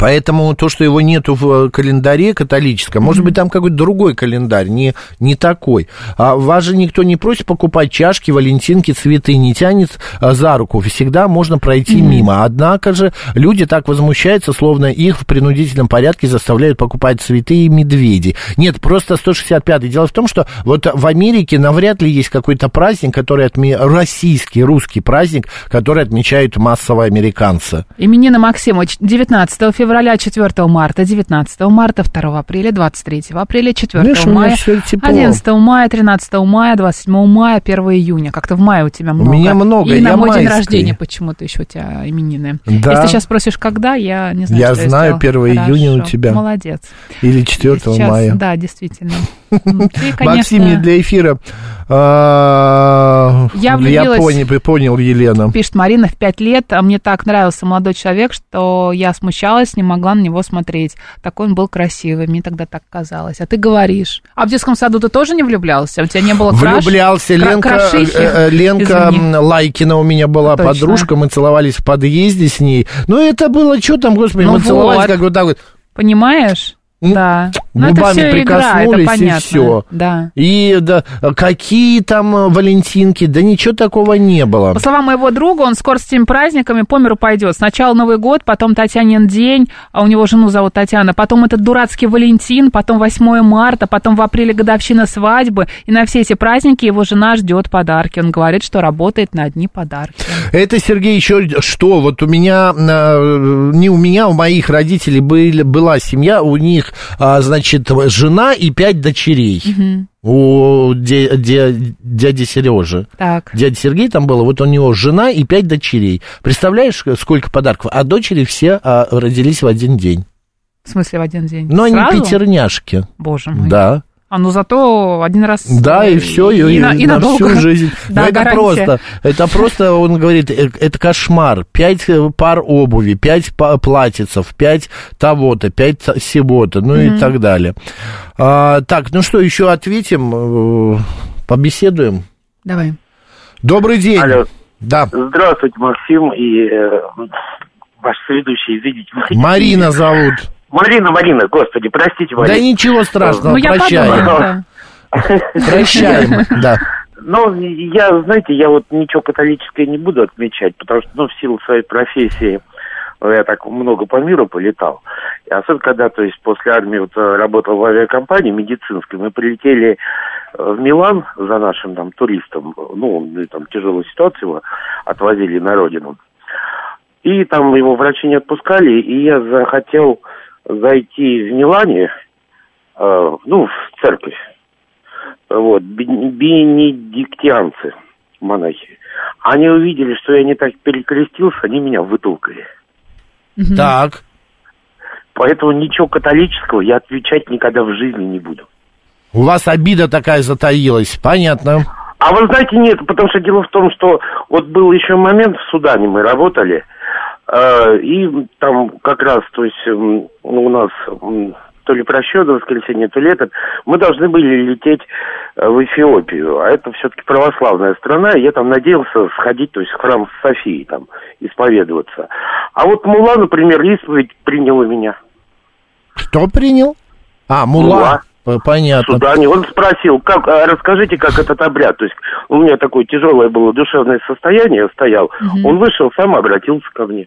Speaker 1: Поэтому то, что его нету в э, календаре католическом, может быть, там какой-то другой календарь, не, не такой. А вас же никто не просит покупать чашки, валентинки, цветы, не тянет а, за руку. Всегда можно пройти мимо. Однако же люди так возмущаются, словно их в принудительном порядке заставляют покупать цветы и медведи. Нет, просто 165-й. Дело в том, что вот в Америке навряд ли есть какой-то праздник, который отме... российский, русский праздник, который отмечают массово американцы.
Speaker 2: Именина Максима ч- 19 февраля февраля, 4 марта, 19 марта, 2 апреля, 23 апреля, 4
Speaker 1: Видишь, у меня
Speaker 2: мая,
Speaker 1: всё тепло.
Speaker 2: 11 мая, 13 мая, 27 мая, 1 июня. Как-то в мае у тебя много.
Speaker 1: меня много,
Speaker 2: И
Speaker 1: я
Speaker 2: на мой день
Speaker 1: майский.
Speaker 2: рождения почему-то еще у тебя именины.
Speaker 1: Да.
Speaker 2: Если ты сейчас спросишь, когда, я не знаю,
Speaker 1: Я
Speaker 2: что
Speaker 1: знаю,
Speaker 2: сделала.
Speaker 1: 1 июня у
Speaker 2: Хорошо.
Speaker 1: тебя.
Speaker 2: Молодец.
Speaker 1: Или 4
Speaker 2: Сейчас,
Speaker 1: мая.
Speaker 2: Да, действительно. М, Ты,
Speaker 1: Максим, не
Speaker 2: конечно,
Speaker 1: для эфира. А,
Speaker 2: Я влюбилась.
Speaker 1: пони- понял, Елена.
Speaker 2: пишет Марина, в пять лет а мне так нравился молодой человек, что я смущалась, не могла на него смотреть. Такой он был красивый, мне тогда так казалось. А ты говоришь. А в детском саду ты тоже не влюблялся? У тебя не было краш?
Speaker 1: Влюблялся.
Speaker 2: Кра-
Speaker 1: Ленка,
Speaker 2: крашихи?
Speaker 1: э, э, Ленка
Speaker 2: Извини.
Speaker 1: м, Лайкина у меня была
Speaker 2: Точно.
Speaker 1: подружка, мы целовались в подъезде с ней. Ну, это было, что там, господи,
Speaker 2: Ну
Speaker 1: мы целовались
Speaker 2: вот.
Speaker 1: как вот так вот.
Speaker 2: Понимаешь? Да. Ну, это
Speaker 1: губами
Speaker 2: все игра, это
Speaker 1: прикоснулись,
Speaker 2: понятно.
Speaker 1: и все.
Speaker 2: Да.
Speaker 1: И да, какие там э, валентинки, да ничего такого не было.
Speaker 2: По словам моего друга, он скоро с этими праздниками по миру пойдет. Сначала Новый год, потом Татьянин день, а у него жену зовут Татьяна, потом этот дурацкий Валентин, потом 8 марта, потом в апреле годовщина свадьбы. И на все эти праздники его жена ждет подарки. Он говорит, что работает на одни подарки.
Speaker 1: Это, Сергей, еще что? Вот у меня, э, не у меня, у моих родителей были, была семья, у них, а, значит, жена и пять дочерей.
Speaker 2: Мгм.
Speaker 1: У де- де- дяди Сережи.
Speaker 2: Так.
Speaker 1: Дядя Сергей там было, вот у него жена и пять дочерей. Представляешь, сколько подарков? А дочери все а, родились в один день.
Speaker 2: В смысле, в один день.
Speaker 1: Но
Speaker 2: Сразу?
Speaker 1: они пятерняшки.
Speaker 2: Боже мой.
Speaker 1: Да.
Speaker 2: А ну зато один раз... э,
Speaker 1: Да, и все, и,
Speaker 2: и
Speaker 1: и
Speaker 2: на-
Speaker 1: на,
Speaker 2: и надолго.
Speaker 1: всю жизнь.
Speaker 2: Да,
Speaker 1: Но это
Speaker 2: гарантия.
Speaker 1: просто, это просто, он говорит, э, это кошмар. Пять э, пар обуви, пять па- платьицев, пять того-то, пять та- сего-то, ну
Speaker 2: Мгм.
Speaker 1: и так далее. А, так, ну что, еще ответим, э, побеседуем.
Speaker 2: Давай.
Speaker 1: Добрый день. Да.
Speaker 12: Здравствуйте, Максим и э, ваш соведущий, извините.
Speaker 1: Марина зовут.
Speaker 12: Марина, Марина, господи, простите, Марина.
Speaker 1: Да ничего страшного, Ну, я прощаем. подумала, Прощаем, да.
Speaker 12: Ну, я, знаете, я вот ничего католическое не буду отмечать, потому что, ну, в силу своей профессии э, я так много по миру полетал. И особенно когда, то есть, после армии вот, э, работал в авиакомпании медицинской, мы прилетели э, в Милан за нашим там туристом, ну, он, э, там тяжелую ситуацию его отвозили на родину. И там его врачи не отпускали, и я захотел зайти в Милане, э, ну, в церковь, вот, бен- бенедиктианцы, монахи. Они увидели, что я не так перекрестился, они меня вытолкали.
Speaker 1: Так.
Speaker 12: Поэтому ничего католического я отвечать никогда в жизни не буду.
Speaker 1: У вас обида такая затаилась, понятно.
Speaker 12: А вы знаете, нет, потому что дело в том, что вот был еще момент, в Судане мы работали, э, и там как раз, то есть м, ну, у нас м, то ли просчет в воскресенье, то ли этот, мы должны были лететь э, в Эфиопию, а это все-таки православная страна, и я там надеялся сходить, то есть в храм Софии там, исповедоваться. А вот Мула, например, исповедь приняла меня.
Speaker 1: Кто принял? А, Мула. П- Понятно.
Speaker 12: Судане. Он спросил, как, э, расскажите, как этот обряд. То есть у меня такое тяжелое было душевное состояние, я стоял.
Speaker 2: Мгм.
Speaker 12: Он вышел, сам обратился ко мне.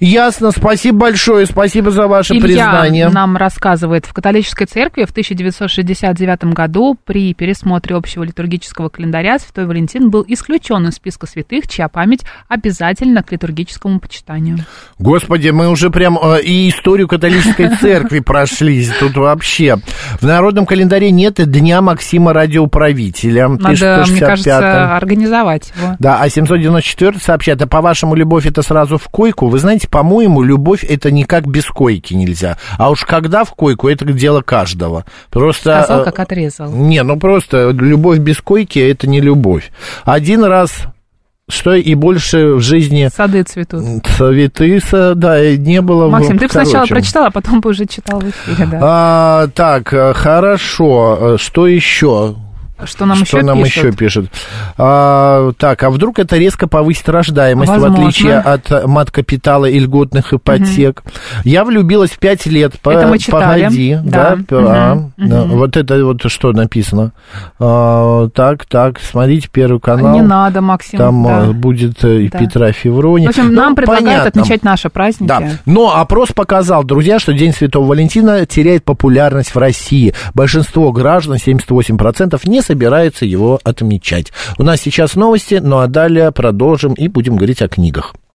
Speaker 1: Ясно, спасибо большое, спасибо за ваше
Speaker 2: Илья
Speaker 1: признание.
Speaker 2: нам рассказывает, в католической церкви в 1969 году при пересмотре общего литургического календаря Святой Валентин был исключен из списка святых, чья память обязательна к литургическому почитанию.
Speaker 1: Господи, мы уже прям э, и историю католической церкви прошлись тут вообще. В народном календаре нет и дня Максима Радиоуправителя.
Speaker 2: Надо, мне
Speaker 1: 165-м.
Speaker 2: кажется, организовать его.
Speaker 1: Да, а 794 сообщает, а по-вашему, любовь это сразу в койку? Вы знаете, по-моему, любовь это никак без койки нельзя. А уж когда в койку, это дело каждого. Просто...
Speaker 2: Сказал,
Speaker 1: э,
Speaker 2: как отрезал.
Speaker 1: Не, ну просто любовь без койки это не любовь. Один раз что и больше в жизни
Speaker 2: сады цветут.
Speaker 1: Цветы, са- да, и не было. в-
Speaker 2: Максим, ты бы сначала
Speaker 1: короче.
Speaker 2: прочитал, а потом бы уже читал в эфире, да.
Speaker 1: А, так, э, хорошо. э, Что еще?
Speaker 2: Что нам
Speaker 1: А Что
Speaker 2: еще
Speaker 1: нам
Speaker 2: пишут?
Speaker 1: еще пишут? А, так, а вдруг это резко повысит рождаемость, в
Speaker 2: Возможно.
Speaker 1: отличие от э, мат-капитала и льготных ипотек? Я влюбилась в 5 лет. По-
Speaker 2: Это мы читали,
Speaker 1: Погоди.
Speaker 2: да.
Speaker 1: п- а,
Speaker 2: Мгм,
Speaker 1: да,
Speaker 2: мгм.
Speaker 1: Вот это вот что написано. А, так, так, смотрите, Первый канал.
Speaker 2: Не надо, Максим.
Speaker 1: Там
Speaker 2: да.
Speaker 1: э, будет э, и
Speaker 2: Да.
Speaker 1: Петра Феврони.
Speaker 2: В общем, нам
Speaker 1: Ну,
Speaker 2: предлагают
Speaker 1: понятно.
Speaker 2: отмечать наши праздники.
Speaker 1: Да. Но опрос показал, друзья, что День Святого Валентина теряет популярность в России. Большинство граждан, 78%, не собираются его отмечать. У нас сейчас новости, ну а далее продолжим и будем говорить о книгах.